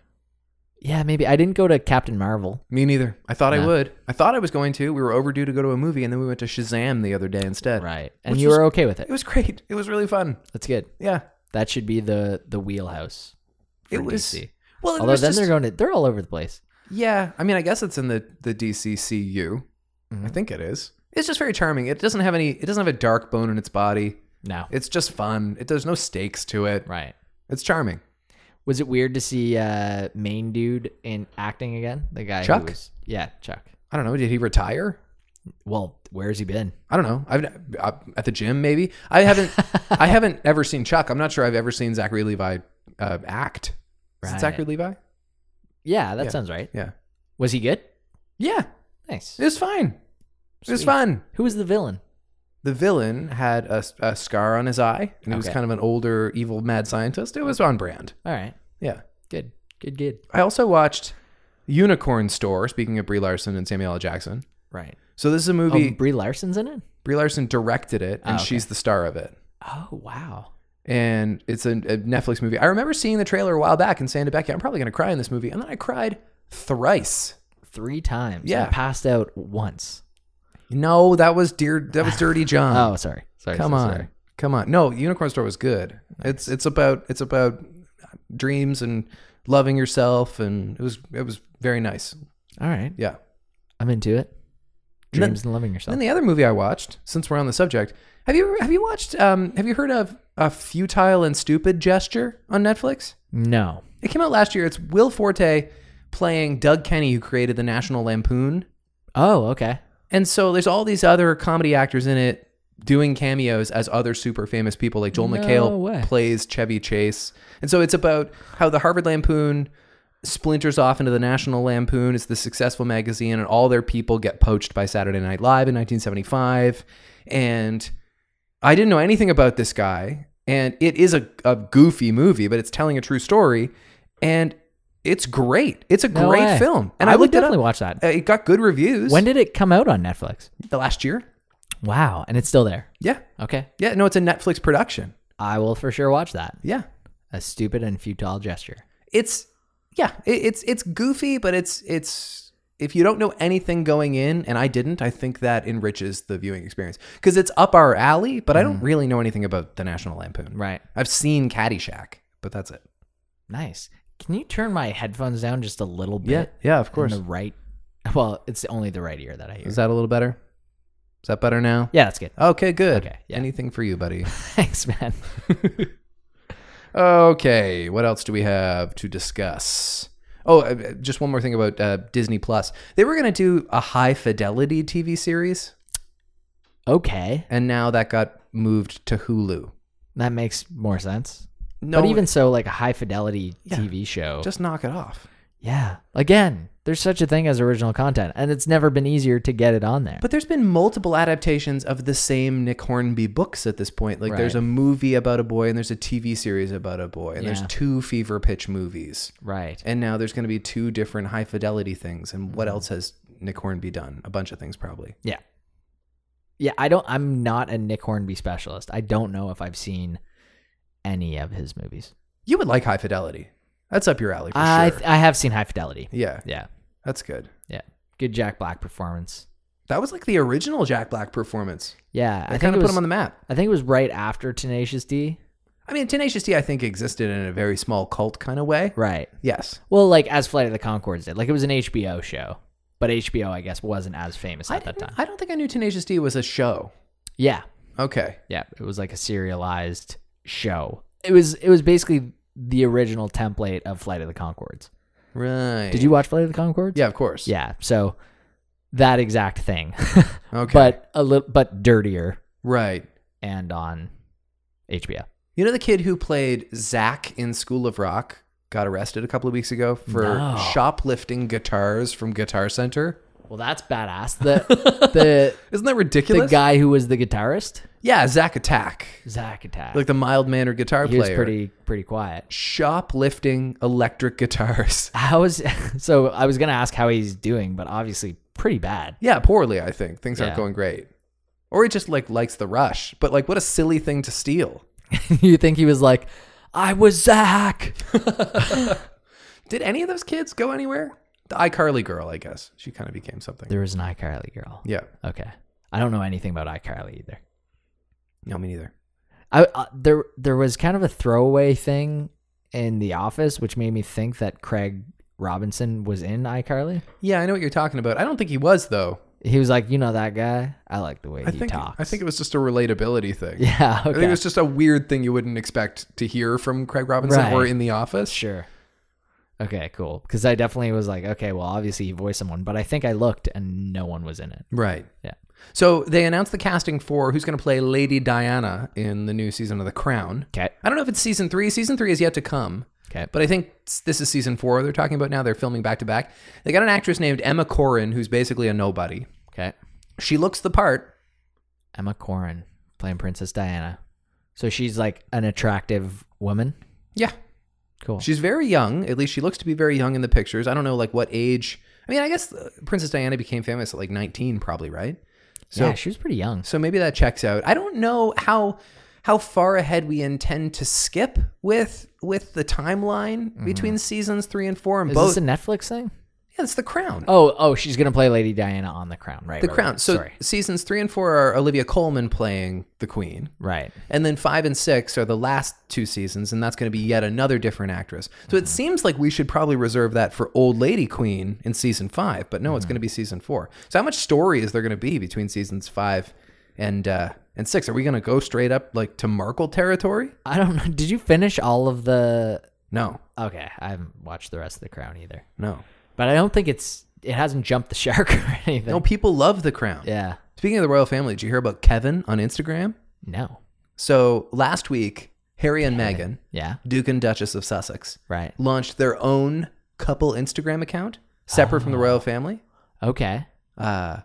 Yeah, maybe I didn't go to Captain Marvel.
Me neither. I thought I
No.
would. I thought I was going to. We were overdue to go to a movie, and then we went to Shazam the other day instead.
Right, and
Which
you
was-
were okay with it.
It was great. It was really fun.
That's good.
Yeah.
That should be the the wheelhouse. For
It was.
DC.
Well, it
Although
was
then
just-
they're going to they're all over the place.
Yeah. I mean, I guess it's in the the DCCU.
Mm-hmm.
I think it is. It's just very charming. It doesn't have any. It doesn't have a dark bone in its body.
No,
It's just fun. It there's no stakes to it.
right.
It's charming.
Was it weird to see uh main dude in acting again? The guy who
Chuck?
was- yeah, Chuck.
I don't know. Did he retire?
Well, where's he <laughs> been?
I don't know. I've I, at the gym maybe. I
<laughs>
haven't. I haven't ever seen Chuck. I'm not sure I've ever seen Zachary Levi uh, act. Is it
Right.
Zachary Levi?
Yeah, that
Yeah.
sounds right.
Yeah.
Was he good?
Yeah.
Nice.
It was fine. It was
Sweet.
fun.
Who was the villain?
The villain had a, a scar on his eye, and he was
Okay.
kind of an older, evil, mad scientist. It was on brand.
All right.
Yeah.
Good. Good. Good.
I also watched Unicorn Store, speaking of Brie Larson and Samuel L. Jackson.
Right.
So this is a
Oh,
movie,
Brie Larson's in it.
Brie Larson directed it, and
Oh, okay.
she's the star of it.
Oh wow.
And it's a, a Netflix movie. I remember seeing the trailer a while back and saying to Becky, I'm probably going to cry in this movie. And then I cried thrice.
Three times.
Yeah.
I passed out once.
No, that was dear, that
<laughs>
was Dirty John.
Oh, sorry. Sorry.
Come
so
on,
sorry.
come on. No, Unicorn Store was good. It's it's about it's about dreams and loving yourself, and it was it was very nice.
All right.
Yeah.
I'm into it.
then-
Dreams and loving
And
yourself.
then the other movie I watched, since we're on the subject, have you have you watched um have you heard of a futile and stupid gesture on Netflix?
no.
It came out last year. It's Will Forte playing Doug Kenny, who created the National Lampoon.
Oh, okay.
And so there's all these other comedy actors in it doing cameos as other super famous people like Joel
No
McHale
way.
plays Chevy Chase. And so it's about how the Harvard Lampoon splinters off into the National Lampoon. It's the successful magazine and all their people get poached by Saturday Night Live in 1975. And I didn't know anything about this guy, and it is a, a goofy movie, but it's telling a true story, and it's great. It's a
No
great
way.
film, and
I,
I,
would
looked it
definitely
up.
watch that.
Uh, It got good reviews.
When did it come out on Netflix?
the last year?
Wow, and it's still there.
Yeah,
Okay.
yeah. No, it's a Netflix production.
I will for sure watch that.
Yeah,
A stupid and futile gesture.
it's yeah, it, it's it's goofy, but it's it's if you don't know anything going in, and I didn't, I think that enriches the viewing experience because it's up our alley. But I don't really know anything about the National Lampoon.
Right.
I've seen Caddyshack, but that's it.
Nice. Can you turn my headphones down just a little bit?
yeah, of
In the right. <laughs> Well, it's only the right ear that I hear.
Is that a little better? Is that better now?
yeah, that's good. <laughs>
Okay, good.
Okay, yeah.
Anything for you, buddy. <laughs>
Thanks, man.
okay, what else do we have to discuss? Oh, uh, uh, just one more thing about uh, Disney Plus. They were going to do a high fidelity TV series,
Okay,
and now that got moved to Hulu.
that makes more sense.
No,
but even so, like a high fidelity
Yeah.
TV show.
just knock it off.
yeah. Again, there's such a thing as original content, and it's never been easier to get it on there.
But there's been multiple adaptations of the same Nick Hornby books at this point. Like there's
Right.
a movie about a boy, and there's a TV series about a boy, and there's
Yeah.
two fever pitch movies.
right.
And now there's going to be two different high fidelity things. And
Mm-hmm.
what else has Nick Hornby done? A bunch of things, probably.
Yeah. Yeah, I don't I'm not a Nick Hornby specialist. I don't know if I've seen any of his movies.
You would like high fidelity. That's up your alley for
I
sure.
I have seen High Fidelity.
yeah,
Yeah.
that's good.
Yeah. Good Jack Black performance.
That was like the original Jack Black performance.
Yeah,
I
I
kind
think it
of put
was
him on the map.
I think it was right after Tenacious D.
I mean, Tenacious D, I think, existed in a very small cult kind of way.
Right.
Yes.
Well, like as Flight of the Concords did. Like it was an HBO show. But HBO I guess wasn't as famous
I,
at that
didn't-
time.
I don't think I knew Tenacious D was a show.
yeah.
Okay.
Yeah, it was like a serialized show. It was it was basically the original template of Flight of the Concords.
Right.
Did you watch Flight of the Concords?
Yeah, of course.
Yeah. So that exact thing, <laughs>
Okay.
but a little, but dirtier
right.
and on HBO.
You know the kid who played Zach in School of Rock got arrested a couple of weeks ago for
No.
shoplifting guitars from Guitar Center.
Well, that's <laughs> badass. The the
Isn't that
the
ridiculous?
guy who was the guitarist,
yeah, Zach Attack,
Zach Attack.
like the mild mannered guitar
he was
player,
pretty pretty quiet.
shoplifting electric guitars. <laughs>
How is <laughs> so? I was gonna ask how he's doing, but obviously pretty bad. <laughs>
Yeah, poorly. I think things aren't
Yeah.
going great, or he just like likes the rush. But like, what a silly thing to steal.
you think he was like, I was Zach.
Did any of those kids go anywhere? The iCarly girl, I guess. She kind of became something.
There was an iCarly girl.
yeah.
Okay. I don't know anything about iCarly either.
No, me neither.
I uh, there there was kind of a throwaway thing in the office, which made me think that Craig Robinson was in iCarly.
Yeah, I know what you're talking about. I don't think he was though.
He was like, you know that guy. I like the way
I
he
think
talks.
I think
<laughs>
it was just a relatability thing.
yeah.
I think it
Okay.
was just a weird thing you wouldn't expect to hear from Craig Robinson
Right.
or in the office.
Sure. Okay. Cool. Because I definitely was like, okay, well, obviously you voiced someone, but I think I looked and no one was in it.
Right.
Yeah.
So they announced the casting for who's going to play Lady Diana in the new season of The Crown.
Okay.
I don't know if it's season three. Season three is yet to come,
Okay.
but I think s- this is season four they're talking about now. They're filming back to back. They got an actress named Emma Corrin who's basically a nobody.
Okay.
She looks the part.
Emma Corrin playing Princess Diana. So she's like an attractive woman.
Yeah.
Cool.
She's very young. At least she looks to be very young in the pictures. I don't know like what age. I mean, I guess uh, Princess Diana became famous at like 19 probably, right? So
yeah, she was pretty young.
So maybe that checks out. I don't know how how far ahead we intend to skip with with the timeline between seasons 3 and 4 and
Mm-hmm.
both
Is this a Netflix thing?
Yeah, it's the crown.
Oh, oh, she's gonna play Lady Diana on The Crown, right?
the
right,
crown.
Right.
So
Sorry.
seasons 3 and 4 are Olivia Colman playing the queen.
Right.
And then 5 and 6 are the last two seasons and that's going to be yet another different actress. So
Mm-hmm.
it seems like we should probably reserve that for old lady queen in season 5, but no,
Mm-hmm.
it's going to be season 4. So how much story is there going to be between seasons 5 and uh and 6? Are we going to go straight up like to Markle territory?
I don't know. Did you finish all of the?
No,
Okay, I haven't watched the rest of The Crown either,
no,
but I don't think it's it hasn't jumped the shark <laughs> or anything.
no. People love the crown.
Yeah.
Speaking of the royal family, did you hear about Kevin on Instagram?
No.
So last week, Harry and Meghan,
Yeah.
Duke and Duchess of Sussex,
Right.
launched their own couple Instagram account separate from the royal family
Okay.
uh,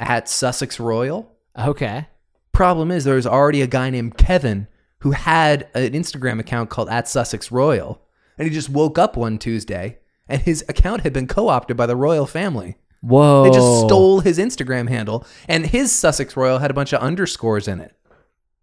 at Sussex Royal.
Okay.
Problem is, there's already a guy named Kevin who had an Instagram account called at Sussex Royal, and he just woke up one Tuesday and his account had been co-opted by the royal family.
Whoa.
They just stole his Instagram handle, and his Sussex Royal had a bunch of underscores in it.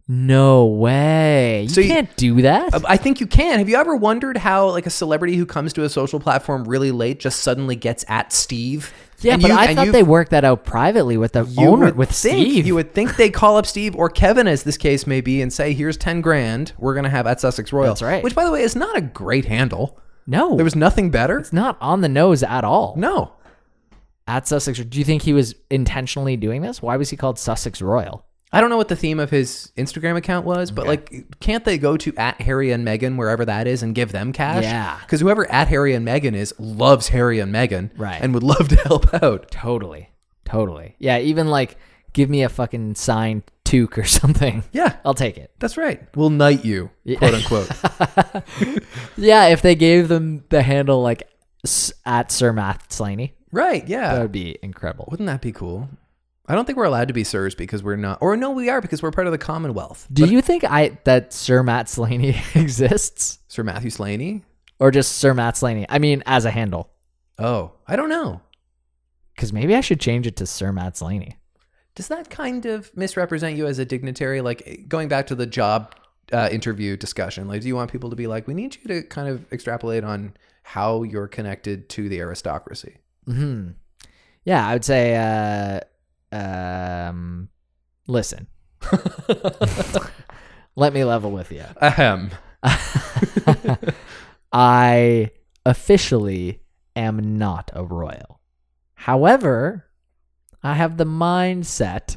No way. You
So you-
can't do that.
Uh, I think you can. Have you ever wondered how, like, a celebrity who comes to a social platform really late just suddenly gets at Steve?
yeah,
And
but
you-
I
and
thought
you-
they worked that out privately with the
you
owner
would
with
think-
Steve.
You would think they call up Steve or Kevin, as this case may be, and say, "Here's ten grand. We're gonna have at Sussex Royal."
That's right.
Which, by the way, is not a great handle.
no,
There was nothing better.
it's not on the nose at all.
No.
At Sussex, do you think he was intentionally doing this? Why was he called Sussex Royal?
I don't know what the theme of his Instagram account was, but like, can't they go to at Harry and Meghan wherever that is and give them cash?
Yeah.
because whoever at Harry and Meghan is loves Harry and Meghan,
Right.
and would love to help out.
Totally, totally. Yeah, even like give me a fucking signed toque or <laughs> something.
Yeah,
I'll take it.
that's right. We'll knight you, quote
<laughs>
unquote.
Yeah, if they gave them the handle like s- at Sir Math Slaney,
right?
that
Yeah,
would be incredible.
wouldn't that be cool? I don't think we're allowed to be sirs because we're not, or no, we are because we're part of the Commonwealth.
Do you think I that Sir Matt Slaney <laughs> exists?
Sir Matthew Slaney.
or just Sir Matt Slaney. I mean, as a handle,
Oh, I don't know.
because maybe I should change it to Sir Matt Slaney.
Does that kind of misrepresent you as a dignitary? Like eh, going back to the job uh, interview discussion, like do you want people to be like, we need you to kind of extrapolate on how you're connected to the aristocracy?
Hmm. Yeah, I would say. Uh, um, listen, let me level with you. <laughs>
Ahem.
I officially am not a royal. However, I have the mindset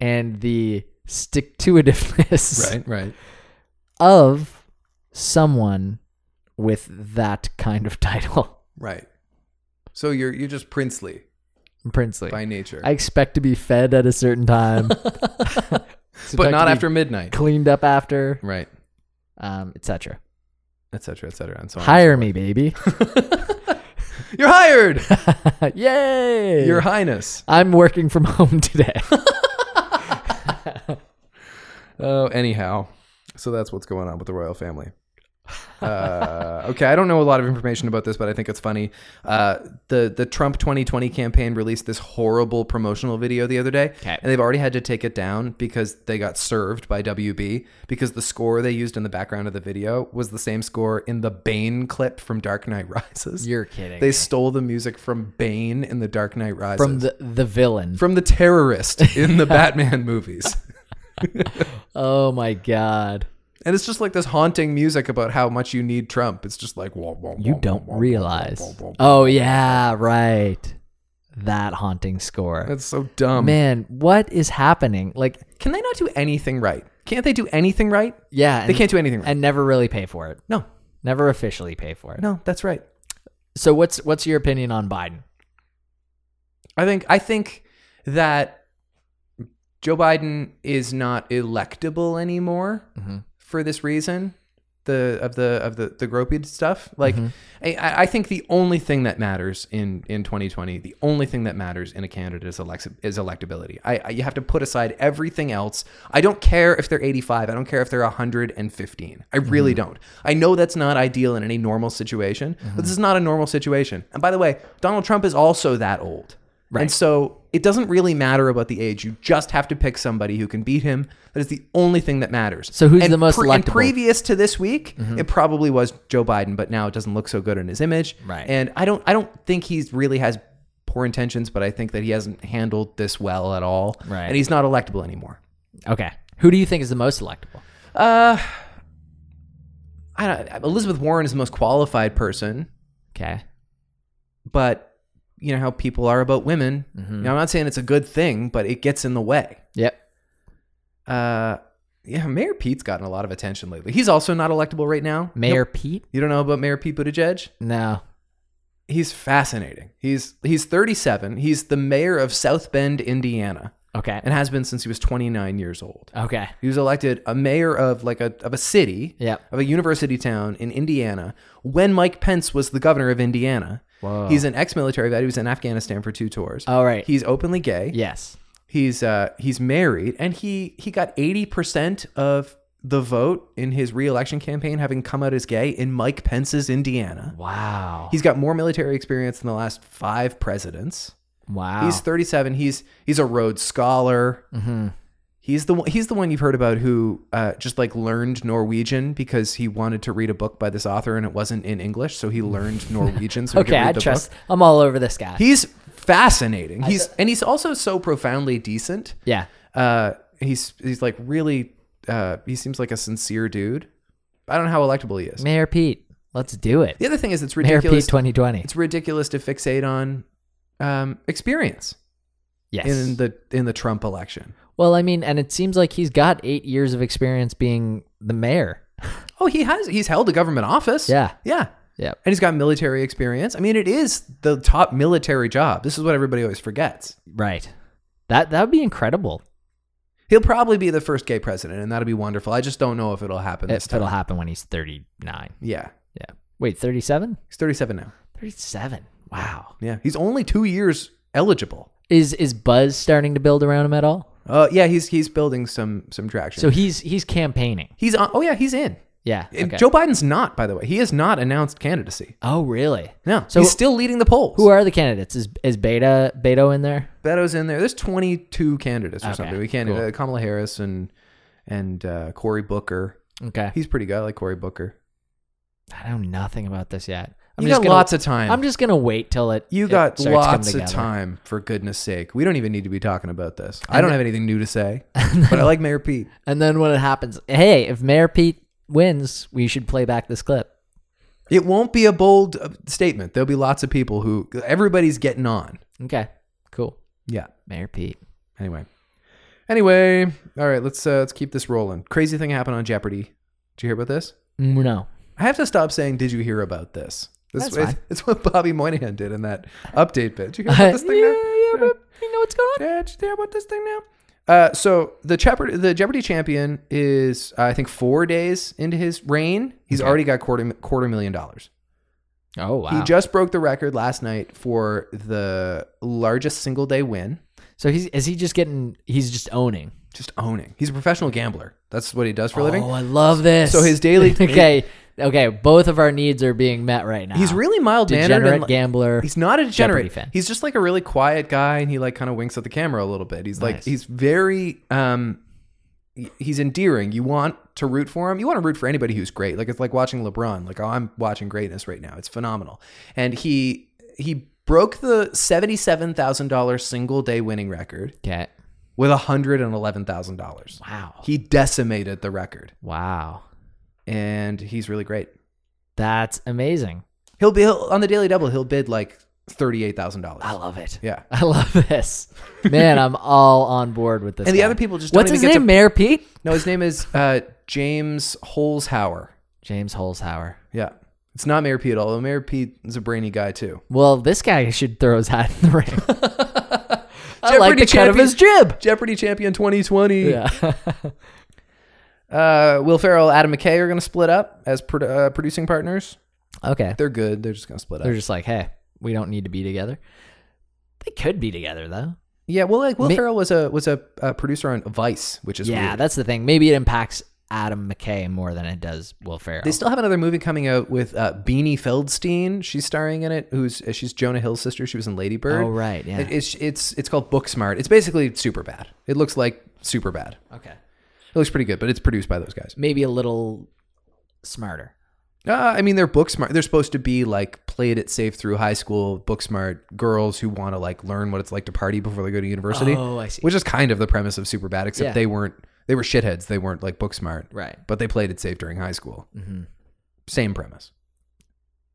and the stick to itiveness
Right, right.
of someone with that kind of title. <laughs>
Right. So you're you're just princely
Princely.
by nature,
I expect to be fed at a certain time, <laughs>
but not after midnight.
cleaned up after,
Right.
um, etc.
Et cetera, et cetera, and so on.
Hire me, baby.
<laughs>
<laughs>
You're hired,
Yay!
Your Highness.
I'm working from <laughs>
<laughs>
home today.
Oh, anyhow, so that's what's going on with the royal family. Uh, okay, I don't know a lot of information about this, but I think it's funny. Uh, the the Trump 2020 campaign released this horrible promotional video the other day,
Okay.
and they've already had to take it down because they got served by WB because the score they used in the background of the video was the same score in the Bane clip from Dark Knight Rises.
You're kidding.
they stole the music from Bane in the Dark Knight Rises
from the the villain.
from the terrorist in
<laughs>
the Batman movies.
oh my god.
And it's just like this haunting music about how much you need Trump. It's just like wah, wah,
You
wah,
don't
wah, wah,
realize.
wah, wah, wah.
Oh yeah, right. That haunting score.
That's so dumb.
Man, what is happening? Like,
Can they not do anything right? Can't they do anything right?
yeah,
They can't do anything right.
and never really pay for it.
no,
Never officially pay for it.
no, that's right.
So what's what's your opinion on Biden?
I think I think that Joe Biden is not electable anymore for this reason. The of the of the the gropey stuff. Like
Mm-hmm.
I- I, I think the only thing that matters in in 2020, the only thing that matters in a candidate is elect is electability. I, I you have to put aside everything else. I don't care if they're 85. I don't care if they're 115. I really
Mm-hmm.
don't. I know that's not ideal in any normal situation, but this is not a normal situation. And by the way, Donald Trump is also that old. And so it doesn't really matter about the age. You just have to pick somebody who can beat him. That is the only thing that matters.
So who's
And
the most
and
electable?
previous to this week,
Mm-hmm.
it probably was Joe Biden, but now it doesn't look so good in his image.
Right.
And I don't I don't think he's really has poor intentions, but I think that he hasn't handled this well at all.
Right.
And he's not electable anymore.
Okay. Who do you think is the most electable?
Uh I don't Elizabeth Warren is the most qualified person,
Okay.
but you know how people are about women.
Mm-hmm.
You know, I'm not saying it's a good thing, but it gets in the way.
Yep.
Uh yeah, Mayor Pete's gotten a lot of attention lately. He's also not electable right now.
Mayor
Nope.
Pete?
You don't know about Mayor Pete Buttigieg?
No.
He's fascinating. He's he's 37. He's the mayor of South Bend, Indiana,
Okay.
and has been since he was 29 years old.
Okay.
He was elected a mayor of like a of a city,
Yep.
of a university town in Indiana when Mike Pence was the governor of Indiana.
Whoa.
He's an ex-military vet. He was in Afghanistan for two tours.
All right.
He's openly gay.
yes.
He's uh he's married and he he got 80% of the vote in his reelection campaign having come out as gay in Mike Pence's Indiana.
Wow.
He's got more military experience than the last five presidents.
wow. Mm-hmm.
He's 37. He's he's a Rhodes Scholar. He's the one, he's the one you've heard about who uh, just like learned Norwegian because he wanted to read a book by this author and it wasn't in English, so he
<laughs>
learned Norwegian. So he could
okay,
read
I
the
trust.
Book.
I'm all over this guy.
He's fascinating. He's and he's also so profoundly decent.
yeah.
Uh, he's he's like really. Uh, he seems like a sincere dude. I don't know how electable he is.
Mayor Pete. Let's do it.
The other thing is it's
Mayor Pete
ridiculous.
2020.
It's ridiculous to fixate on um, experience.
Yes.
in the in the Trump election.
well, I mean, and it seems like he's got eight years of experience being the mayor.
Oh, he has he's held a government office.
Yeah.
Yeah.
Yep.
And he's got military experience. I mean, it is the top military job. This is what everybody always forgets.
Right. That that would be incredible
He'll probably be the first gay president, and that'll be wonderful. I just don't know if it'll happen this
if
time.
it'll happen when he's 39.
yeah.
Yeah. Wait, 37?
He's 37 now.
37. Wow.
Yeah. He's only two years eligible.
Is is buzz starting to build around him at all?
Uh, yeah, he's he's building some some traction.
So he's he's campaigning.
he's on, oh yeah, he's in.
Yeah.
And
okay.
Joe Biden's not, by the way. He has not announced candidacy.
oh, really?
No,
So-
he's still leading the polls.
Who are the candidates? Is is Beta Beto in there?
Beto's in there. There's 22 candidates or
Okay,
something. We can't.
cool.
Uh, Kamala Harris and and uh, Cory Booker.
Okay.
He's pretty good. I like Cory Booker.
I know nothing about this yet.
you got
gonna,
lots of time.
I'm just gonna wait till it.
you
it
got
starts to come
lots of
together.
time. For goodness sake, we don't even need to be talking about this. I don't have anything new to
<laughs>
say, but I like Mayor Pete.
And then when it happens, hey, if Mayor Pete wins, we should play back this clip.
It won't be a bold uh, statement. There'll be lots of people who everybody's getting on.
Okay. Cool.
Yeah.
Mayor Pete.
Anyway. Anyway. All right. Let's uh, let's keep this rolling. Crazy thing happened on Jeopardy. Did you hear about this?
Mm, No.
I have to stop saying, "Did you hear about this?" This
That's
it's,
fine.
<laughs> it's what Bobby Moynihan did in that update bit. Did you hear about
<laughs>
this thing?
yeah,
now?
yeah, but you know what's going on.
Yeah, did you hear about this thing now? Uh, so the Jeopardy, the Jeopardy champion is, uh, I think, four days into his reign. He's already got quarter quarter million dollars.
Oh wow!
He just broke the record last night for the largest single day win.
so he's is he just getting? He's just owning.
Just owning. He's a professional gambler. That's what he does for a living.
Oh, I love this.
So his
<laughs>
daily-
okay, okay. Both of our needs are being met right now.
He's really mild mannered.
degenerate gambler.
He's not a degenerate.
fan.
He's just like a really quiet guy, and he like kind of winks at the camera a little bit. He's like
Nice.
he's very um, he- he's endearing. You want to root for him. You want to root for anybody who's great. Like it's like watching LeBron. Like oh, I'm watching greatness right now. It's phenomenal. And he he broke the seventy seven thousand dollars single day winning record
okay.
with hundred and eleven thousand dollars.
Wow.
He decimated the record,
Wow.
and he's really great.
That's amazing.
He'll be he'll, on the Daily Double. He'll bid like thirty eight thousand dollars.
I love it.
Yeah.
<laughs> I love this. Man, I'm all on board with this.
And the
guy.
other people just don't
What's
even
his
get
name?
to-
Mayor Pete?
No, his name is uh, James Holzhauer.
James Holzhauer.
Yeah. It's not Mayor Pete, although Mayor Pete is a brainy guy too.
Well, this guy should throw his hat in the <laughs> ring. I like
Jeopardy
the cut of
champion.
his jib.
Jeopardy champion 2020.
<laughs> Yeah.
Uh, Will Ferrell, Adam McKay are going to split up as pro- uh, producing partners.
okay.
They're good. They're just going to split up.
They're just like, hey, we don't need to be together. They could be together though.
yeah. Well, like Will
Mi-
Ferrell was a was a, uh producer on Vice, which is
yeah,
weird.
that's the thing. Maybe it impacts Adam McKay more than it does Will Ferrell.
They still have another movie coming out with uh, Beanie Feldstein. She's starring in it. Who's uh, she's Jonah Hill's sister. She was in Lady Bird.
oh right, yeah.
It- it's it's it's called Booksmart. It's basically super bad. It looks like super bad.
okay.
It looks pretty good, but it's produced by those guys.
Maybe a little smarter.
Uh, I mean, they're book smart. They're supposed to be like played it safe through high school, book smart girls who want to like learn what it's like to party before they go to university,
Oh, I see.
which is kind of the premise of Superbad, except
Yeah.
they weren't. They were shitheads. They weren't like book smart,
Right.
but they played it safe during high school.
Mm-hmm.
Same premise.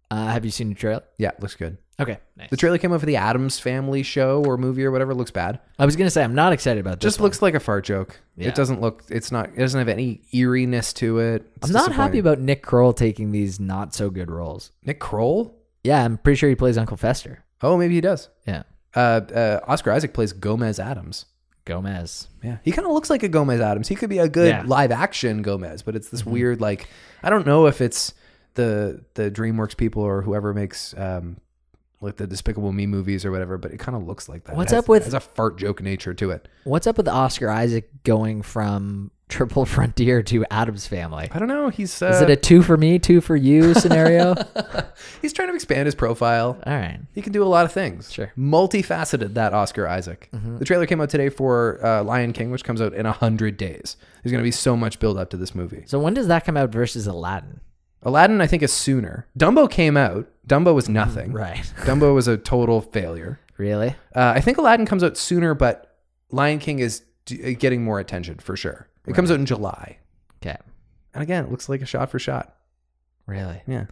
Uh, have you seen the trailer?
Yeah, looks good.
Okay. Nice.
The trailer came out for the Adams Family show or movie or whatever. Looks bad.
I was gonna say I'm not excited about this.
Just looks like a fart joke.
Yeah.
It doesn't look. It's not. It doesn't have any eeriness to it. It's
I'm not happy
disappointing.
about Nick Kroll taking these not so good roles.
Nick Kroll.
Yeah, I'm pretty sure he plays Uncle Fester.
Oh, maybe he does.
Yeah.
Uh, uh, Oscar Isaac plays Gomez Adams.
Gomez.
Yeah, he kind of looks like a Gomez Adams. He could be a good
Yeah. Mm-hmm.
live action Gomez, but it's this weird like I don't know if it's the the DreamWorks people or whoever makes um like the Despicable Me movies or whatever, but it kind of looks like that. It
What's
has-
up with-
it has a fart joke nature to it?
What's up with Oscar Isaac going from <laughs> Triple Frontier to Adam's Family?
I don't know. He's
Is
uh,
it a two for me, two for <laughs> you scenario? All
he's trying to expand his profile.
right.
He can do a lot of things.
Sure. Mm-hmm.
Multifaceted, that Oscar Isaac. The trailer came out today for uh, Lion King, which comes out in 100 days. There's going to be so much build up to this movie.
So when does that come out versus Aladdin?
Aladdin, I think, is sooner. Dumbo came out. Dumbo was nothing.
Mm, Right.
Dumbo was a total failure.
Really?
Uh, I think Aladdin comes out sooner, but Lion King is d- uh, getting more attention for sure. It comes out in July.
Okay.
And again, it looks like a shot for shot.
Really?
Yeah.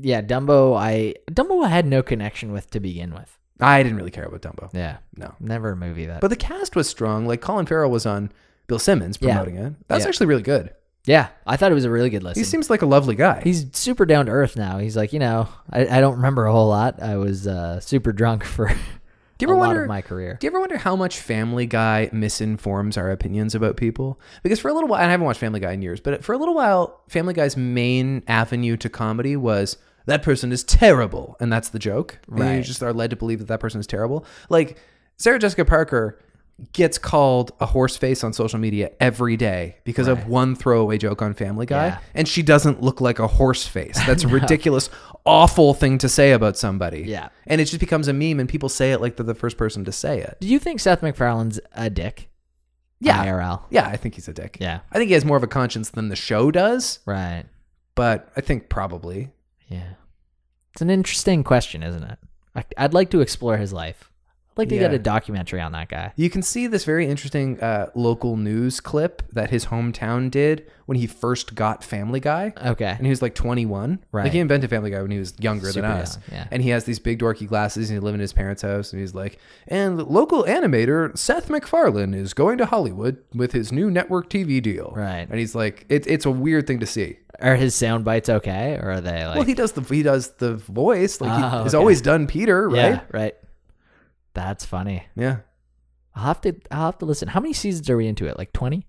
Yeah, Dumbo I Dumbo I had no connection with to begin with.
I didn't really care about Dumbo.
Yeah.
No.
Never a movie that
But the cast was strong. Like Colin Farrell was on Bill Simmons
Yeah.
promoting it. That's
Yeah.
actually really good.
Yeah. I thought it was a really good list.
He seems like a lovely guy.
He's super down to earth now. He's like, you know, I, I don't remember a whole lot. I was uh, super drunk for <laughs>
do you
a
ever
lot
wonder?
of my career.
do you ever wonder how much Family Guy misinforms our opinions about people? Because for a little while, and I haven't watched Family Guy in years, but for a little while, Family Guy's main avenue to comedy was that person is terrible, and that's the joke. And you
Right.
just are led to believe that that person is terrible. Like Sarah Jessica Parker gets called a horse face on social media every day because of one throwaway joke on Family Guy,
Yeah.
and she doesn't look like a horse face.
<laughs>
That's a ridiculous, awful thing to say about somebody.
Yeah.
And it just becomes a meme, and people say it like they're the first person to say it.
Do you think Seth MacFarlane's a dick?
Yeah.
IRL.
Yeah, I think he's a dick.
Yeah.
I think he has more of a conscience than the show does,
Right.
but I think probably.
Yeah. It's an interesting question, isn't it? I, I'd like to explore his life I'd like to get
Yeah.
a documentary on that guy.
You can see this very interesting uh, local news clip that his hometown did when he first got Family Guy.
Okay.
And he was like 21.
Right.
Like he invented Family Guy when he was younger
Super
than us.
young, yeah.
And he has these big dorky glasses and he lived in his parents' house. And he's like, and local animator Seth MacFarlane is going to Hollywood with his new network TV deal.
Right.
And he's like, it, it's a weird thing to see.
Are his sound bites okay, or are they like?
well, he does the he does the voice. Like he
Oh,
has
okay.
always done Peter, right?
Yeah, right. That's funny.
yeah.
I'll have to. I'll have to listen. How many seasons are we into it? Like twenty.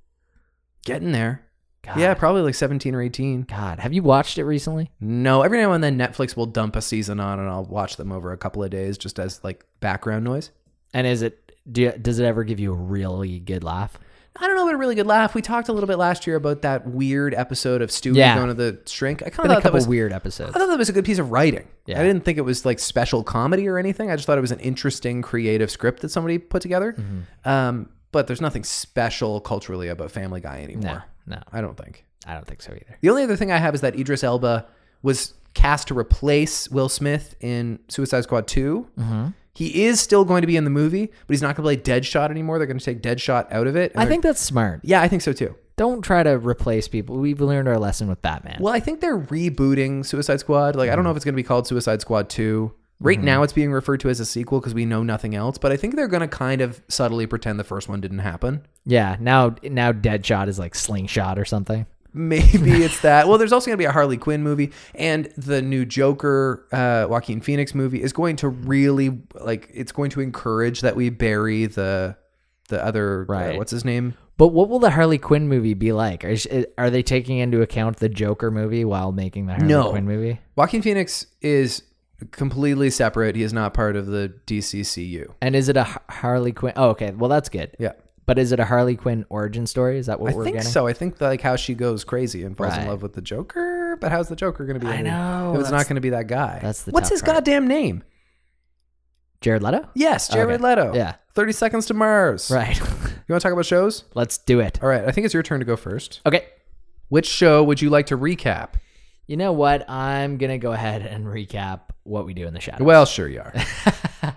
Getting there.
God.
Yeah, probably like 17 or 18.
God, have you watched it recently?
No, every now and then Netflix will dump a season on and I'll watch them over a couple of days just as like background noise.
And is it? Do you, does it ever give you a really good laugh?
I don't know about a really good laugh. We talked a little bit last year about that weird episode of Stewie
Yeah.
going to the shrink. I kind of
Been a
thought that
couple
was
weird episodes.
I thought that was a good piece of writing.
Yeah.
I didn't think it was like special comedy or anything. I just thought it was an interesting creative script that somebody put together.
Mm-hmm.
Um, but there's nothing special culturally about Family Guy anymore.
No, no,
I don't think.
I don't think so either.
The only other thing I have is that Idris Elba was cast to replace Will Smith in Suicide Squad 2.
Mm-hmm.
He is still going to be in the movie, but he's not going to play Deadshot anymore. They're going to take Deadshot out of it. and
I
they're-
think that's smart.
Yeah, I think so too.
Don't try to replace people. We've learned our lesson with Batman.
Well, I think they're rebooting Suicide Squad. Like, I don't know if it's going to be called Suicide Squad 2. Right now, it's being referred to as a sequel because we know nothing else, but I think they're going to kind of subtly pretend the first one didn't happen.
Yeah. Now, now Deadshot is like Slingshot or something.
<laughs> Maybe it's that. Well, there's also going to be a Harley Quinn movie, and the new Joker, uh, Joaquin Phoenix movie is going to really like. It's going to encourage that we bury the the other. uh,
Right.
what's his name?
But what will the Harley Quinn movie be like? Are, uh, are they taking into account the Joker movie while making the Harley
No.
Quinn movie?
Joaquin Phoenix is completely separate. He is not part of the DCCU.
And is it a Har- Harley Quinn? Oh, okay. Well, that's good.
Yeah.
But is it a Harley Quinn origin story? Is that what
I
we're
think
getting?
so. I think like how she goes crazy and falls in
Right.
love with the Joker. But how's the Joker going to be?
I
in it?
know,
if it's not
that's-
going to be that guy.
that's the
what's
tough
his
part.
goddamn name?
Jared Leto?
Yes, Jared
Okay.
Leto.
Yeah.
Thirty Seconds to Mars.
Right. <laughs>
You want to talk about shows?
Let's do it.
All right, I think it's your turn to go first.
Okay.
Which show would you like to recap?
You know what? I'm going to go ahead and recap what we do in the shadows.
Well, uh, sure
<laughs>
you are. I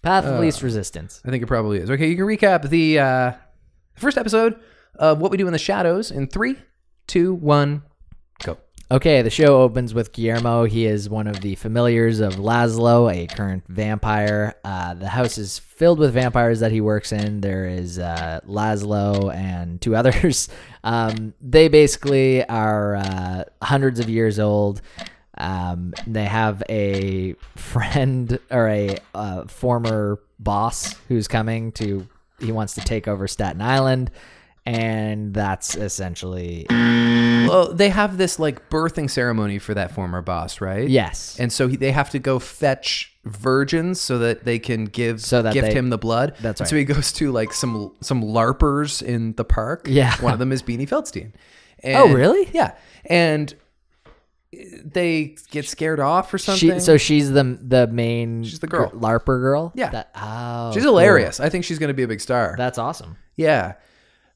Path of least resistance.
think it probably is. Okay, you can recap the uh, first episode of What We Do in the Shadows in three, two, one, go.
Okay, the show opens with Guillermo. He is one of the familiars of Laszlo, a current vampire. Uh, the house is filled with vampires that he works in. There is uh, Laszlo and two <laughs> others. Um, they basically are uh, hundreds of years old. Um, they have a friend <laughs> or a uh, former boss who's coming to, he wants to take over Staten Island. And that's essentially,
Well, they have this like birthing ceremony for that former boss, right?
yes.
And so he, they have to go fetch virgins so that they can give
So that
gift
they-
him the blood.
That's
And So
right.
he goes to like some some larpers in the park.
Yeah.
One of them is Beanie Feldstein. And,
<laughs> Oh, really?
Yeah. And they get scared off or something.
She, so she's the the main.
She's the girl.
gr- Larper girl.
Yeah.
That- oh,
she's
cool.
hilarious. I think she's going to be a big star.
That's awesome.
yeah.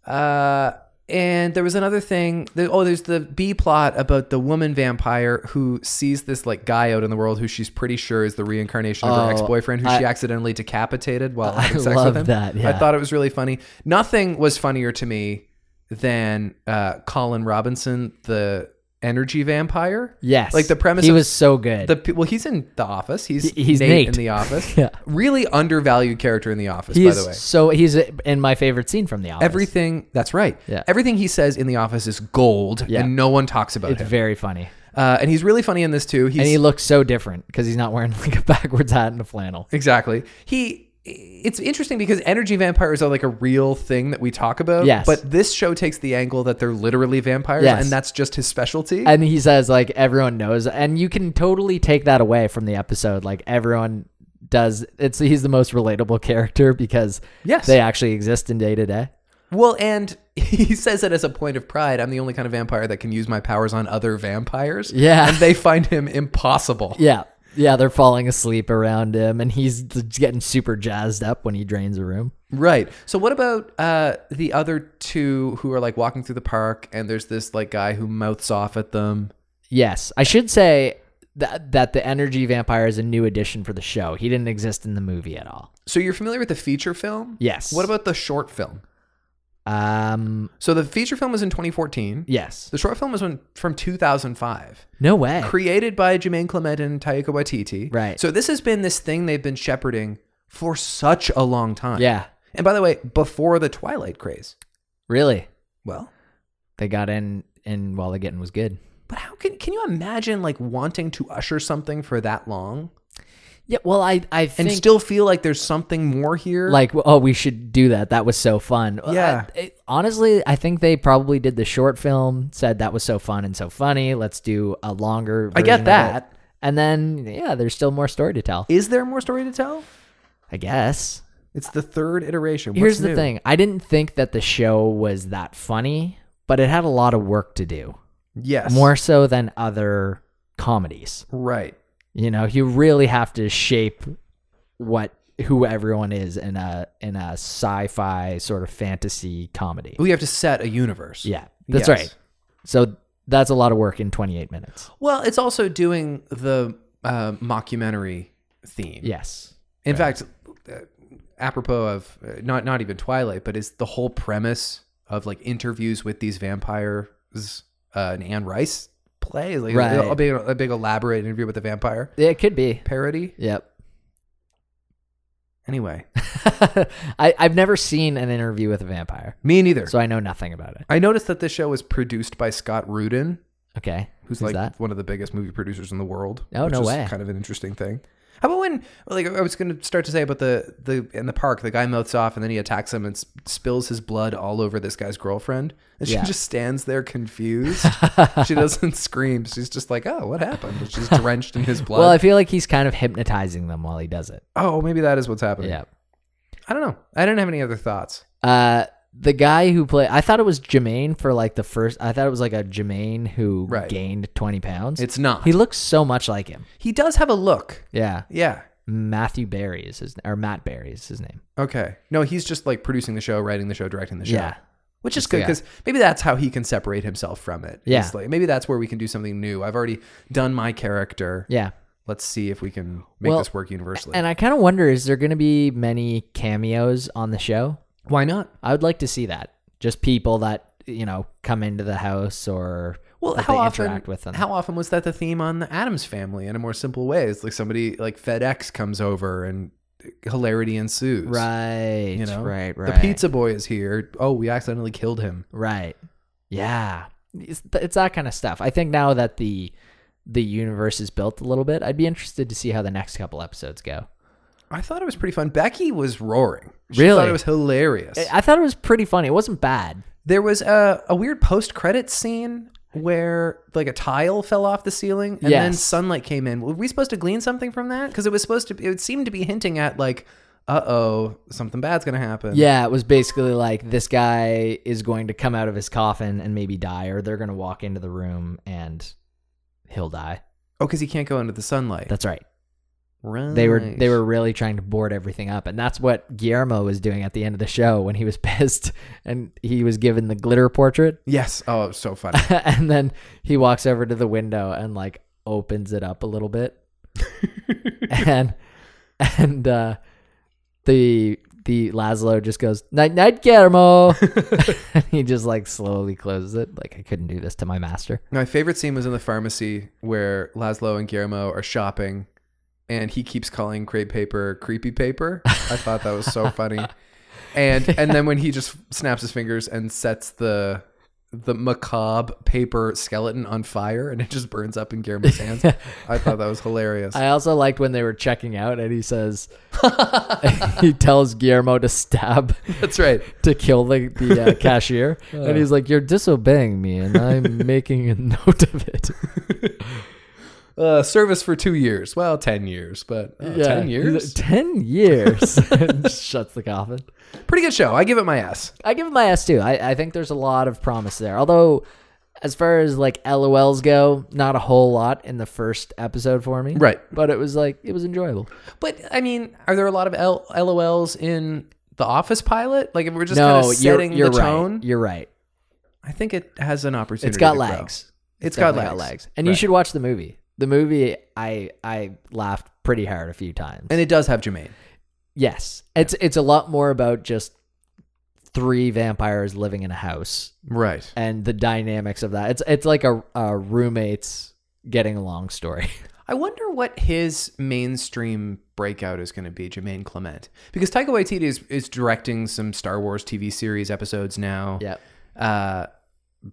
Uh, and there was another thing. There, oh, there's the B plot about the woman vampire who sees this like guy out in the world who she's pretty sure is the reincarnation of her
Oh,
ex boyfriend who
I-
she accidentally decapitated while having
I
sex
love
with him.
that,
I
yeah.
thought it was really funny. Nothing was funnier to me than uh, Colin Robinson, the energy vampire.
Yes.
Like the premise
He
of
was so good.
The pe- well, he's in the office. He's
He- he's
Nate,
Nate.
in the office.
<laughs> Yeah.
really undervalued character in the office.
he
by
is
the way,
so he's in my favorite scene from The Office.
everything. That's right.
Yeah.
everything he says in the office is gold,
Yeah.
and no one talks about
it's
him.
very funny,
uh, and he's really funny in this too. He's
and he looks so different because he's not wearing <laughs> like a backwards hat and a flannel.
exactly he. It's interesting because energy vampires are like a real thing that we talk about.
Yes.
But this show takes the angle that they're literally vampires,
Yes.
and that's just his specialty.
And he says like everyone knows, and you can totally take that away from the episode. Like everyone does. It's he's the most relatable character because
Yes.
they actually exist in day to day.
Well, and <laughs> he says it as a point of pride. I'm the only kind of vampire that can use my powers on other vampires.
Yeah.
And they find him impossible.
Yeah. Yeah, they're falling asleep around him and he's getting super jazzed up when he drains a room.
Right. So what about uh the other two who are like walking through the park and there's this like guy who mouths off at them?
Yes. I should say that that the energy vampire is a new addition for the show. He didn't exist in the movie at all.
So you're familiar with the feature film?
Yes.
What about the short film?
um
So the feature film was in 2014.
yes.
The short film was when, from 2005,
No way.
created by Jermaine Clement and Taika Waititi.
Right.
So this has been this thing they've been shepherding for such a long time.
yeah.
And by the way, before the Twilight craze.
Really.
Well,
They got in in while the getting was good.
but how can can you imagine like wanting to usher something for that long
Yeah, well I I
and
think
still feel like there's something more here?
like oh we should do that. That was so fun. Well,
Yeah.
I- it- honestly, I think they probably did the short film, said that was so fun and so funny. Let's do a longer
I get
version of it.
that.
And then yeah, there's still more story to tell.
Is there more story to tell?
I guess.
It's the third iteration. What's
Here's the
new?
thing. I didn't think that the show was that funny, but it had a lot of work to do.
Yes.
More so than other comedies.
Right.
You know, you really have to shape what who everyone is in a in a sci-fi sort of fantasy comedy.
We have to set a universe.
Yeah. That's
Yes.
right. So that's a lot of work in 28 minutes.
Well, it's also doing the uh, mockumentary theme.
Yes.
In fact, uh, apropos of uh, not not even Twilight, but is the whole premise of like interviews with these vampires uh, an Anne Rice play, like a-
Right.
a, big a big elaborate interview with the vampire
It could be.
parody.
Yep.
Anyway,
<laughs> I, I've never seen an interview with a vampire,
me neither.
<laughs> so I know nothing about it.
I noticed that this show was produced by Scott Rudin,
Okay.
who's, like
like that?
one of the biggest movie producers in the world.
Oh,
which
no
is
way.
Kind of an interesting thing. How about when, like, I was going to start to say about the the in the park, the guy mouths off, and then he attacks him and s- spills his blood all over this guy's girlfriend, and she
Yeah.
just stands there
<laughs>
confused. she doesn't scream. She's just like, "Oh, what happened?" And She's drenched in his blood.
<laughs> Well, I feel like he's kind of hypnotizing them while he does it.
oh, maybe that is what's happening.
Yeah.
I don't know. I didn't have any other thoughts.
Uh, the guy who played, I thought it was Jermaine for like the first. I thought it was like a Jermaine who
Right.
gained twenty pounds.
It's not.
he
He,
looks so much like him.
does have a look.
Yeah,
Yeah.
Matthew Barry is his or Matt Barry is his name.
Okay. No, he's just like producing the show, writing the show, directing the show.
Yeah,
which is
That's the
good
guy.
because maybe that's how he can separate himself from it.
Yeah.
It's like, maybe that's where we can do something new. I've already done my character.
yeah.
Let's see if we can make
Well,
this work universally.
And I kind of wonder: is there going to be many cameos on the show?
Why not?
I would like to see that. Just people that you know come into the house or
Well,
that
how
they
often?
interact with them.
How often was that the theme on the Adams Family in a more simple way? It's like somebody like FedEx comes over and hilarity ensues.
right?
You know,
right, right.
The pizza boy is here. Oh, we accidentally killed him.
Right. Yeah. It's, th- it's that kind of stuff. I think now that the the universe is built a little bit, I'd be interested to see how the next couple episodes go.
I thought it was pretty fun. Becky was roaring. She thought
Really?
it was hilarious.
I I thought it was pretty funny. It wasn't bad.
There was a, a weird post credit scene where like a tile fell off the ceiling and then
Yes.
sunlight came in. Were we supposed to glean something from that? Because it was supposed to. It seemed to be hinting at like, uh oh, something bad's gonna happen.
Yeah, it was basically like this guy is going to come out of his coffin and maybe die, or they're going to walk into the room and he'll die.
Oh, because he can't go into the sunlight.
That's right.
right.
They were they were really trying to board everything up, and that's what Guillermo was doing at the end of the show when he was <laughs> pissed and he was given the glitter portrait.
Yes. Oh, it was so funny.
<laughs> and then he walks over to the window and like opens it up a little bit and and uh the the Laszlo just goes night night Guillermo <laughs> and he just like slowly closes it like I couldn't do this to my master
My favorite scene was in the pharmacy where Laszlo and Guillermo are shopping and he keeps calling crepe paper creepy paper. I thought that was so funny. And and then when he just snaps his fingers and sets the the macabre paper skeleton on fire and it just burns up in Guillermo's hands. I thought that was hilarious.
<laughs> I also liked when they were checking out and he says he tells Guillermo to stab
That's right.
to kill the, the uh, cashier and he's like you're disobeying me and I'm making a note of it
Uh, service for two years. Well, ten years, but uh, ten
he's like, <laughs>
years.
Ten
<laughs>
years. <laughs> And just shuts the coffin.
Pretty good show. I give it my ass.
I give him my S too. I, I think there's a lot of promise there. Although, as far as like LOLs go, not a whole lot in the first episode for me.
Right.
But it was like it was enjoyable.
But I mean, are there a lot of L- LOLs in the Office pilot? Like if we're just
no,
kind of setting
you're, you're
the
right.
tone,
You're right.
I think it has an opportunity.
It's got
to grow.
legs.
It's got
definitely
legs.
And you
Right.
should watch the movie. the movie, I I laughed pretty hard a few times.
And it does have Jermaine.
yes, it's it's a lot more about just three vampires living in a house
Right.
and the dynamics of that. It's it's like a, a roommates getting along story. <laughs>
I wonder what his mainstream breakout is going to be, Jermaine Clement, because Taika Waititi is, is directing some Star Wars TV series episodes now.
yeah,
Uh,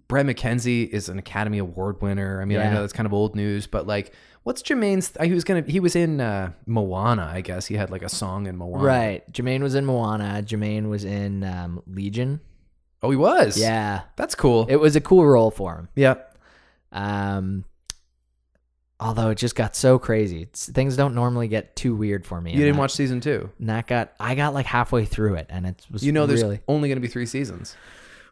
Brett McKenzie is an Academy Award winner. I mean, I
Yeah.
know that's kind of old news, but like, what's Jermaine's? Th- he was gonna. He was in uh, Moana, I guess. He had like a song in Moana.
right. Jermaine was in Moana. Jermaine was in um, Legion.
Oh, he was.
Yeah,
That's cool.
it was a cool role for him.
yeah.
Um, although it just got so crazy. It's, things don't normally get too weird for me.
You
and
didn't
that-
watch season two.
And that got I got like halfway through it, and it was
You know, there's
really
only going to be three seasons.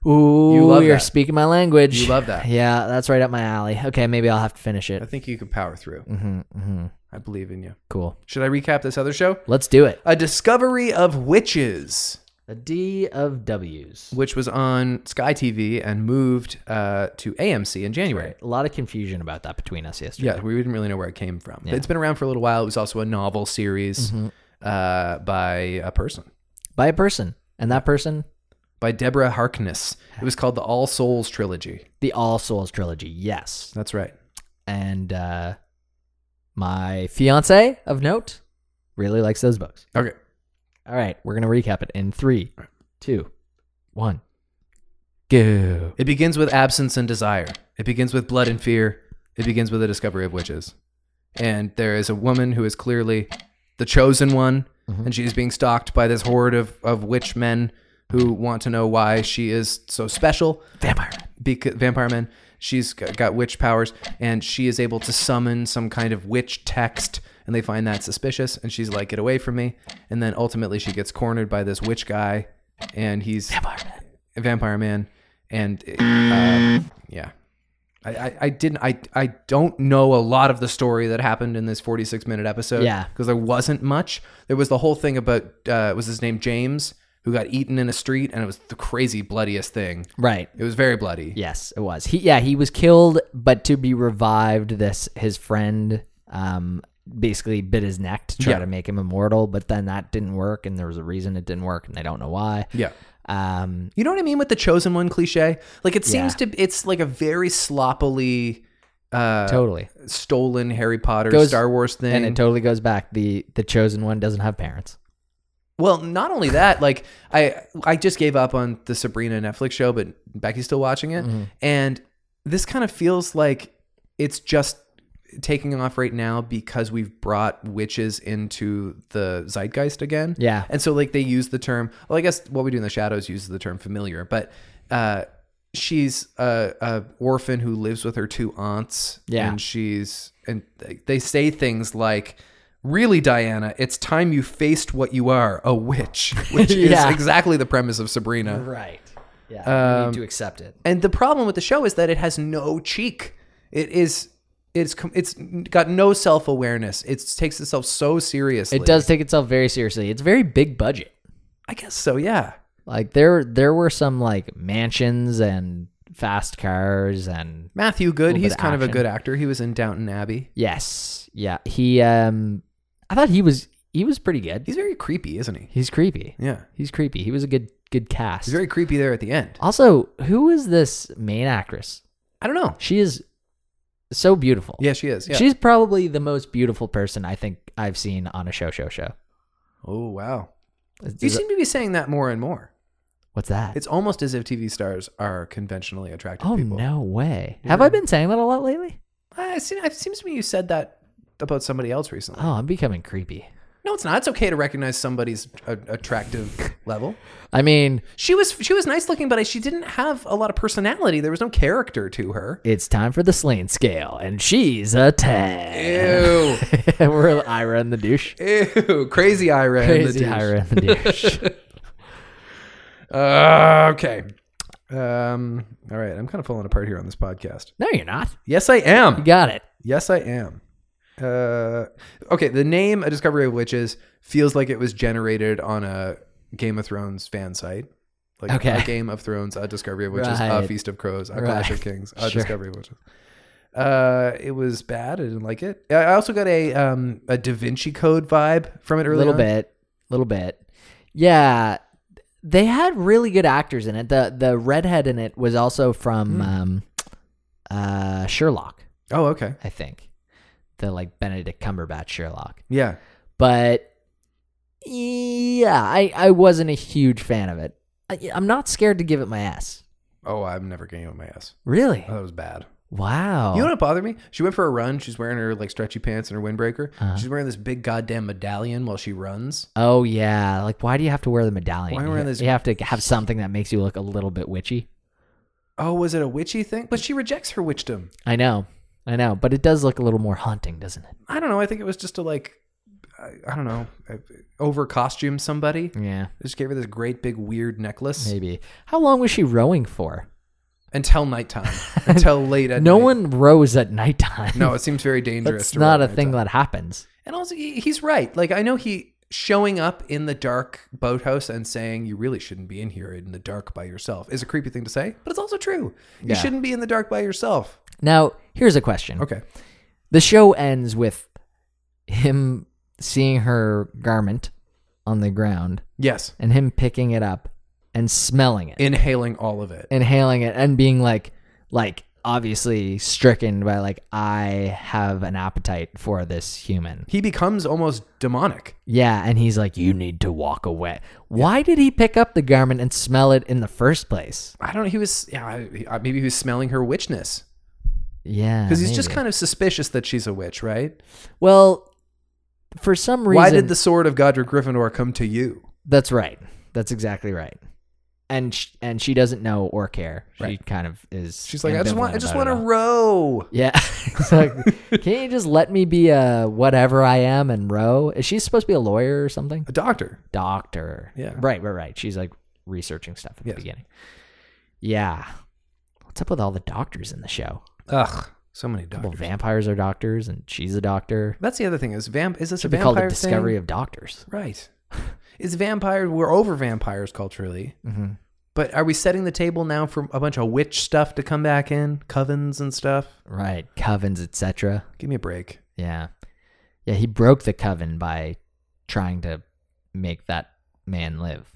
ooh
you love
are
that.
speaking my language.
You love that.
<laughs> yeah, that's right up my alley. Okay, maybe I'll have to finish
I
it.
think you could power through.
hmm hmm
I believe in you.
Cool.
Should I recap this other show?
Let's do it.
A Discovery of Witches,
A D of W's.
which was on Sky TV and moved uh, to AMC in January.
A lot of confusion about that between us yesterday.
Yeah, we didn't really know where it came from. But It's been around for a little while. It was also a novel series uh, by a person,
By a person, and that person,
by Deborah Harkness. It was called the All Souls Trilogy.
the All Souls trilogy. Yes,
That's right.
and uh, my fiance of note really likes those books.
Okay.
All right, we're gonna recap it in three, two, one, go.
It begins with absence and desire. It begins with blood and fear. It begins with a discovery of witches. And there is a woman who is clearly the chosen one, and she is being stalked by this horde of, of witch men who want to know why she is so special.
Vampire.
Bec- vampire men. She's g- got witch powers, and she is able to summon some kind of witch text, and they find that suspicious. And she's like, "Get away from me!" And then ultimately, she gets cornered by this witch guy, and he's
Vampire.
a vampire man, and uh, yeah. I, I, I didn't I, I don't know a lot of the story that happened in this 46 minute episode
Yeah.
because there wasn't much there was the whole thing about uh, was his name James who got eaten in a street and it was the crazy bloodiest thing
Right.
it was very bloody
Yes, it was. He yeah, he was killed, but to be revived, this his friend um basically bit his neck to try
Yeah.
to make him immortal, but then that didn't work and there was a reason it didn't work and they don't know why.
yeah
Um
You know what I mean with the chosen one cliche? Like it seems
Yeah.
to it's like a very sloppily uh
totally.
stolen Harry Potter
Goes-
Star Wars thing.
And it totally goes back the the chosen one doesn't have parents.
well, not only that, like I I just gave up on the Sabrina Netflix show, but Becky's still watching it.
Mm-hmm.
And this kind of feels like it's just taking off right now because we've brought witches into the zeitgeist again.
Yeah.
And so like they use the term, well, I guess what we do in the shadows uses the term familiar, but uh, she's a, a orphan who lives with her two aunts.
Yeah.
And she's, and they say things like, really, Diana, it's time you faced what you are, a witch, <laughs> which
Yeah.
is exactly the premise of Sabrina.
Right. Yeah.
Um,
need to accept it.
And the problem with the show is that it has no cheek. It is, it's, com- it's got no self awareness. It takes itself so seriously.
It does take itself very seriously. It's very big budget.
I guess so. Yeah.
Like there there were some like mansions and fast cars and
Matthew Good,
little
he's
bit of
kind of a
action.
good actor. He was in Downton Abbey.
Yes. Yeah. He um I thought he was he was pretty good.
He's very creepy, isn't he?
He's creepy.
Yeah.
He's creepy. He was a good good cast.
He's very creepy there at the end.
also, who is this main actress?
I don't know.
She is so beautiful.
Yeah, she is. Yeah.
She's probably the most beautiful person I think I've seen on a show show show.
oh, wow.
Is-
You
is-
seem to be saying that more and more.
what's that?
It's almost as if TV stars are conventionally attractive
oh
people.
no way. Have I been saying that a lot lately?
I see, it seems to me you said that about somebody else recently.
Oh, I'm becoming creepy.
No, it's not. It's okay to recognize somebody's a-
<laughs>
attractive level.
I mean,
She was she was nice looking, but I- she didn't have a lot of personality. There was no character to her.
it's time for the slain scale, and she's a ten.
Ew.
<laughs> We're Ira and the douche.
Ew. Crazy Ira. and the
Crazy
douche.
Ira
<laughs>
and the douche.
Uh, okay. Um, all right. I'm kind of falling apart here on this podcast.
No, you're not.
Yes, I am.
You got it.
Yes, I am. Uh, okay. The name A Discovery of Witches feels like it was generated on a Game of Thrones fan site. Like
Okay.
a Game of Thrones, A Discovery of Witches, A
Right.
Feast of Crows, A
Right.
Clash of Kings, A
<laughs> Sure.
Discovery of Witches. Uh, it was bad. I didn't like it. I I also got a um a Da Vinci Code vibe from it
A
early
little
on.
bit, little bit. Yeah, they had really good actors in it. the The redhead in it was also
Hmm.
from um, uh, Sherlock,
Oh, okay.
I think, the like Benedict Cumberbatch Sherlock.
Yeah.
But yeah, I I wasn't a huge fan of it. I, I'm not scared to give it my ass.
Oh, I'm never getting on my ass.
Really?
Oh, that was bad.
wow.
You know what bothered me? She went for a run. She's wearing her like stretchy pants and her windbreaker.
Uh-huh.
She's wearing this big goddamn medallion while she runs.
Oh yeah, like why do you have to wear the medallion?
Why
You-
wear this-
You have to have something that makes you look a little bit witchy.
Oh, was it a witchy thing? But she rejects her witchdom.
I know, I know, but it does look a little more haunting, doesn't it?
I don't know. I think it was just to like, I, I don't know, over costume somebody.
Yeah,
They just gave her this great big weird necklace
maybe. How long was she rowing for?
until
<laughs>
nighttime, until late at
no
night.
one rows at nighttime.
No,
<laughs>
it seems very dangerous.
that's
to run
not a
at
thing
nighttime.
that happens.
And also, he, he's right. Like I know he showing up in the dark boathouse and saying you really shouldn't be in here in the dark by yourself is a creepy thing to say, but it's also true.
Yeah.
You shouldn't be in the dark by yourself.
Now, here's a question.
Okay.
The show ends with him seeing her garment on the ground
Yes.
and him picking it up and smelling it.
Inhaling all of it.
inhaling it and being like like obviously stricken by like I have an appetite for this human.
He becomes almost demonic.
Yeah, and he's like you need to walk away. Why did he pick up the garment and smell it in the first place?
I don't know. He was yeah. I- I- Maybe he was smelling her witchness
Yeah.
because he's just kind of suspicious that she's a witch, right?
of Well, for some reason
Why did the sword of Godric Gryffindor come to you?
That's right. That's exactly right. And sh- and she doesn't know or care. She
Right.
kind of is
She's like, I just want, I
ambivalent
just
about
want
it
to
all.
row.
Yeah, <laughs> exactly. Can't you just let me be a whatever I am and row? Is she supposed to be a lawyer or something?
A doctor.
Doctor.
Yeah.
Right, right, right. She's like researching stuff at
Yes.
the beginning. Yeah. What's up with all the doctors in the show?
Ugh, so many
Well,
doctors.
vampires are doctors, and she's a doctor.
That's the other thing. Is vamp? Is this
Should
a
be called the
vampire
discovery
thing?
of doctors.
right. <laughs> Is vampire? We're over vampires culturally,
Mhm.
but are we setting the table now for a bunch of witch stuff to come back in covens and stuff?
Right, covens, etc.
Give me a break.
Yeah, yeah. He broke the coven by trying to make that man live.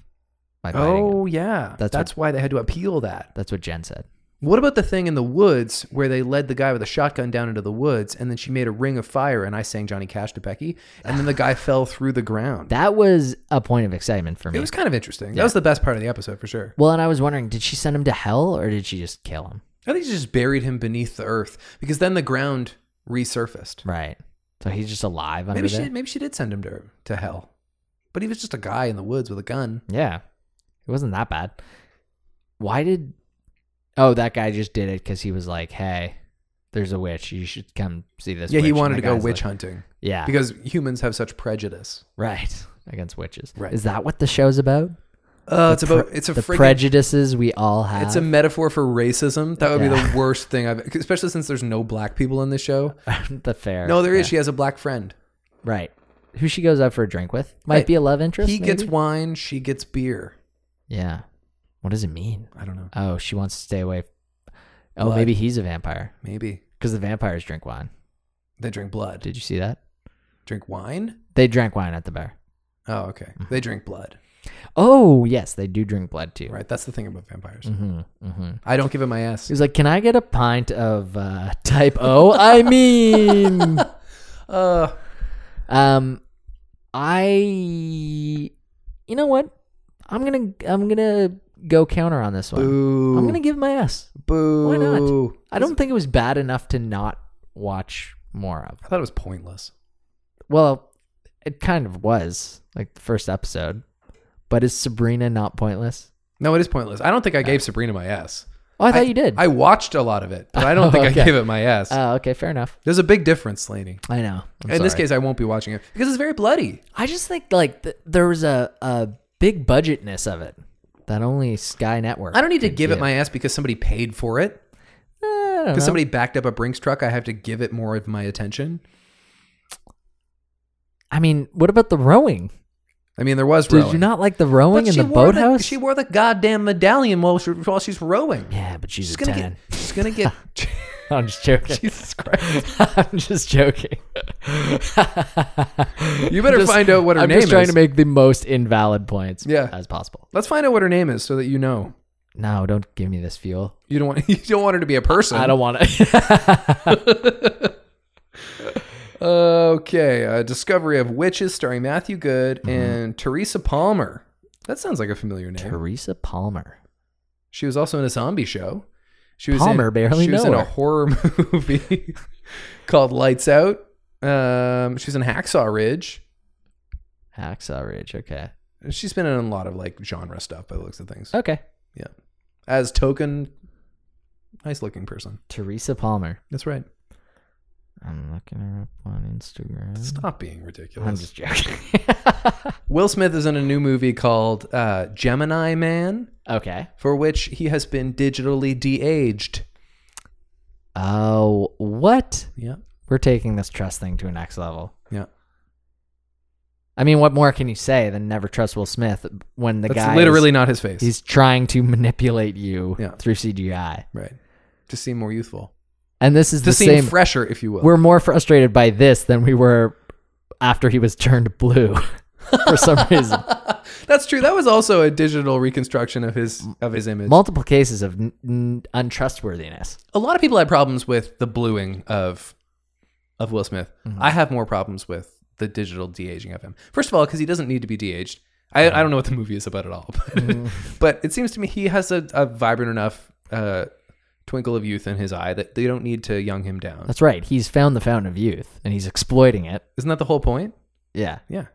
By biting him.
Oh yeah,
That's
that's, why they had to appeal that.
that's what Jen said.
What about the thing in the woods where they led the guy with a shotgun down into the woods and then she made a ring of fire and I sang Johnny Cash to Becky and then the
<sighs>
guy fell through the ground?
That was a point of excitement for me.
it was kind of interesting. That was the best part of the episode for sure.
Well, and I was wondering, did she send him to hell or did she just kill him?
I think she just buried him beneath the earth because then the ground resurfaced.
Right. So he's just alive under
Maybe she
there.
maybe she did send him to to hell, but he was just a guy in the woods with a gun.
Yeah. It wasn't that bad. Why did Oh, that guy just did it cuz he was like, "Hey, there's a witch. You should come see this
yeah,
witch."
he
And
wanted
that
to go
guy's
witch
like- Ah.
hunting
Yeah.
because humans have such prejudice.
right. <laughs> Against witches.
Right.
Is that what the show's about?
Uh,
The
it's about
pre-
it's a
the
freaking
prejudices we all have. <laughs>
It's a metaphor for racism. That would be
Yeah. <laughs>
the worst thing I've, especially since there's no black people in this show.
the fair.
No, there is.
yeah.
She has a black friend.
Right. Who she goes out for a drink with? Might
Right.
be a love interest.
He gets
maybe?
wine. She gets beer.
Yeah. What does it mean?
I don't know.
Oh, she wants to stay away. Oh,
Blood.
maybe he's a vampire
Maybe
because the vampires drink wine.
they drink blood.
Did you see that?
drink wine?
They drank wine at the bar.
Oh, okay.
Mm-hmm.
They drink blood.
Oh, yes, they do drink blood too.
Right. That's the thing about vampires.
hmm hmm
I don't give it my ass.
He's like, "Can I get a pint of uh, <laughs> type O?" I mean,
Uh,
um, I, you know what? I'm gonna I'm gonna go counter on this one.
boo.
I'm gonna give my ass.
boo.
Why not? I don't think it was bad enough to not watch more of.
I thought it was pointless.
Well, it kind of was like the first episode, but is Sabrina not pointless?
No, it is pointless. I don't think I gave Sabrina my ass.
Oh, I thought you did.
Uh, I watched a lot of it, but I don't <laughs> think
Okay.
I gave it my ass.
oh, okay, fair enough.
There's a big difference, Laney.
I know. I'm
In this
sorry.
case, I won't be watching it because it's very bloody.
I just think like th- there was a a big budgetness of it that only Sky Network.
I don't need to
could
give it my ass because somebody paid for it.
Eh, I don't know.
Because somebody backed up a Brinks truck, I have to give it more of my attention.
I mean, what about the rowing?
I mean, there was
Did
rowing.
you not like the rowing
But
in
she
the
wore
boathouse?
She wore the goddamn medallion while, she, while she's rowing.
yeah, but she's,
She's
a <laughs>
gonna
ten.
<laughs> get. She's gonna get.
I'm just joking.
Jesus Christ.
<laughs> I'm just joking.
You better
Just-
find out what her
I'm
name
just trying
is.
to make the most invalid points
Yeah.
as possible.
Let's find out what her name is so that you know.
No, don't give me this fuel.
You don't want <laughs> you don't want her to be a person.
I don't want to.
<laughs> Okay, uh, Discovery of Witches starring Matthew Good
Mm-hmm.
and Teresa Palmer. That sounds like a familiar name.
<laughs> Teresa Palmer.
she was also in a zombie show. She was
Palmer,
in,
barely
She was
know
in
her.
a horror <laughs> movie <laughs> called Lights Out. Um, she was in Hacksaw Ridge.
Hacksaw Ridge. Okay.
She's been in a lot of like genre stuff by the looks of things.
Okay.
As token, nice looking person.
Teresa Palmer.
That's right.
I'm looking her up on Instagram.
Stop being
I'm
ridiculous.
just joking.
Will Smith is in a new movie called uh, Gemini Man,
okay.
for which he has been digitally de-aged.
Oh, what?
Yeah.
We're taking this trust thing to a next level.
Yeah.
I mean, what more can you say than never trust Will Smith when the
That's
guy is-
literally not his face.
he's trying to manipulate you
Yeah.
through CGI.
right. To seem more youthful.
And this is
To
the
seem
same.
fresher, if you will.
We're more frustrated by this than we were after he was turned blue for some reason.
That's true. That was also a digital reconstruction of his of his image.
Multiple cases of n- n- untrustworthiness.
a lot of people had problems with the bluing of of Will Smith.
Mm-hmm.
I have more problems with the digital de-aging of him. First of all, because he doesn't need to be de-aged. I, I don't know what the movie is about at all, <laughs> but,
Mm-hmm.
but it seems to me he has a, a vibrant enough uh, twinkle of youth in his eye that they don't need to young him down.
That's right. He's found the fountain of youth and he's exploiting it.
Isn't that the whole point?
Yeah.
Yeah.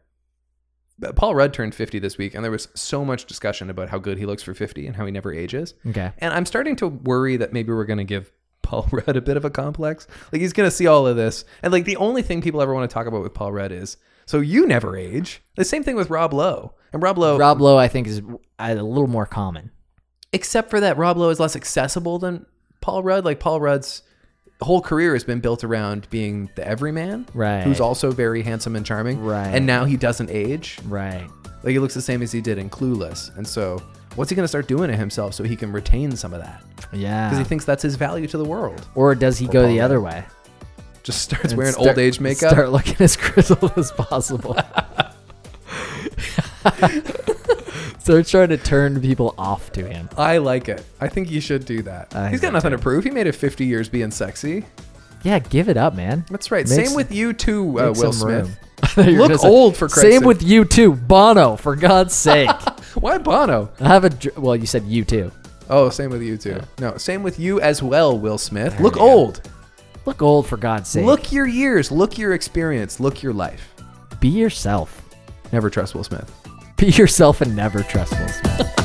But Paul Rudd turned 50 this week, and there was so much discussion about how good he looks for 50 and how he never ages.
Okay.
And I'm starting to worry that maybe we're going to give <laughs> Paul Rudd a bit of a complex. Like, he's going to see all of this. And, like, the only thing people ever want to talk about with Paul Rudd is, so you never age. The same thing with Rob Lowe. And Rob Lowe,
Rob Lowe, I think, is a little more common.
except for that, Rob Lowe is less accessible than Paul Rudd. Like, Paul Rudd's whole career has been built around being the everyman,
Right.
who's also very handsome and charming.
Right.
And now he doesn't age.
Right.
Like he looks the same as he did in Clueless. And so, what's he going to start doing to himself so he can retain some of that?
Yeah.
Because he thinks that's his value to the world.
or does he go the other way?
Just starts
and
wearing
start-
old age makeup.
Start looking <laughs> as grizzled
<laughs>
as possible. Start trying to turn people off to him.
I like it. I think he should do that.
I think
He's got
so,
nothing to prove. He made it 50 years being sexy.
Yeah, give it up, man.
That's right.
Make
same
s-
with you too, uh,
make
Will
some room.
Smith.
I <laughs> thought you were
Look
gonna say-
old, for Christ's
Same
sake.
with you too, Bono.
<laughs>
For God's sake,
Why Bono?
I have a dr- well. You said you too.
Oh, same with you too. No, same with you as well, Will Smith.
There
Look
we go.
old.
Look old, for God's sake.
Look your years. Look your experience. Look your life.
be yourself.
Never trust Will Smith.
Be yourself and never trust Will Smith.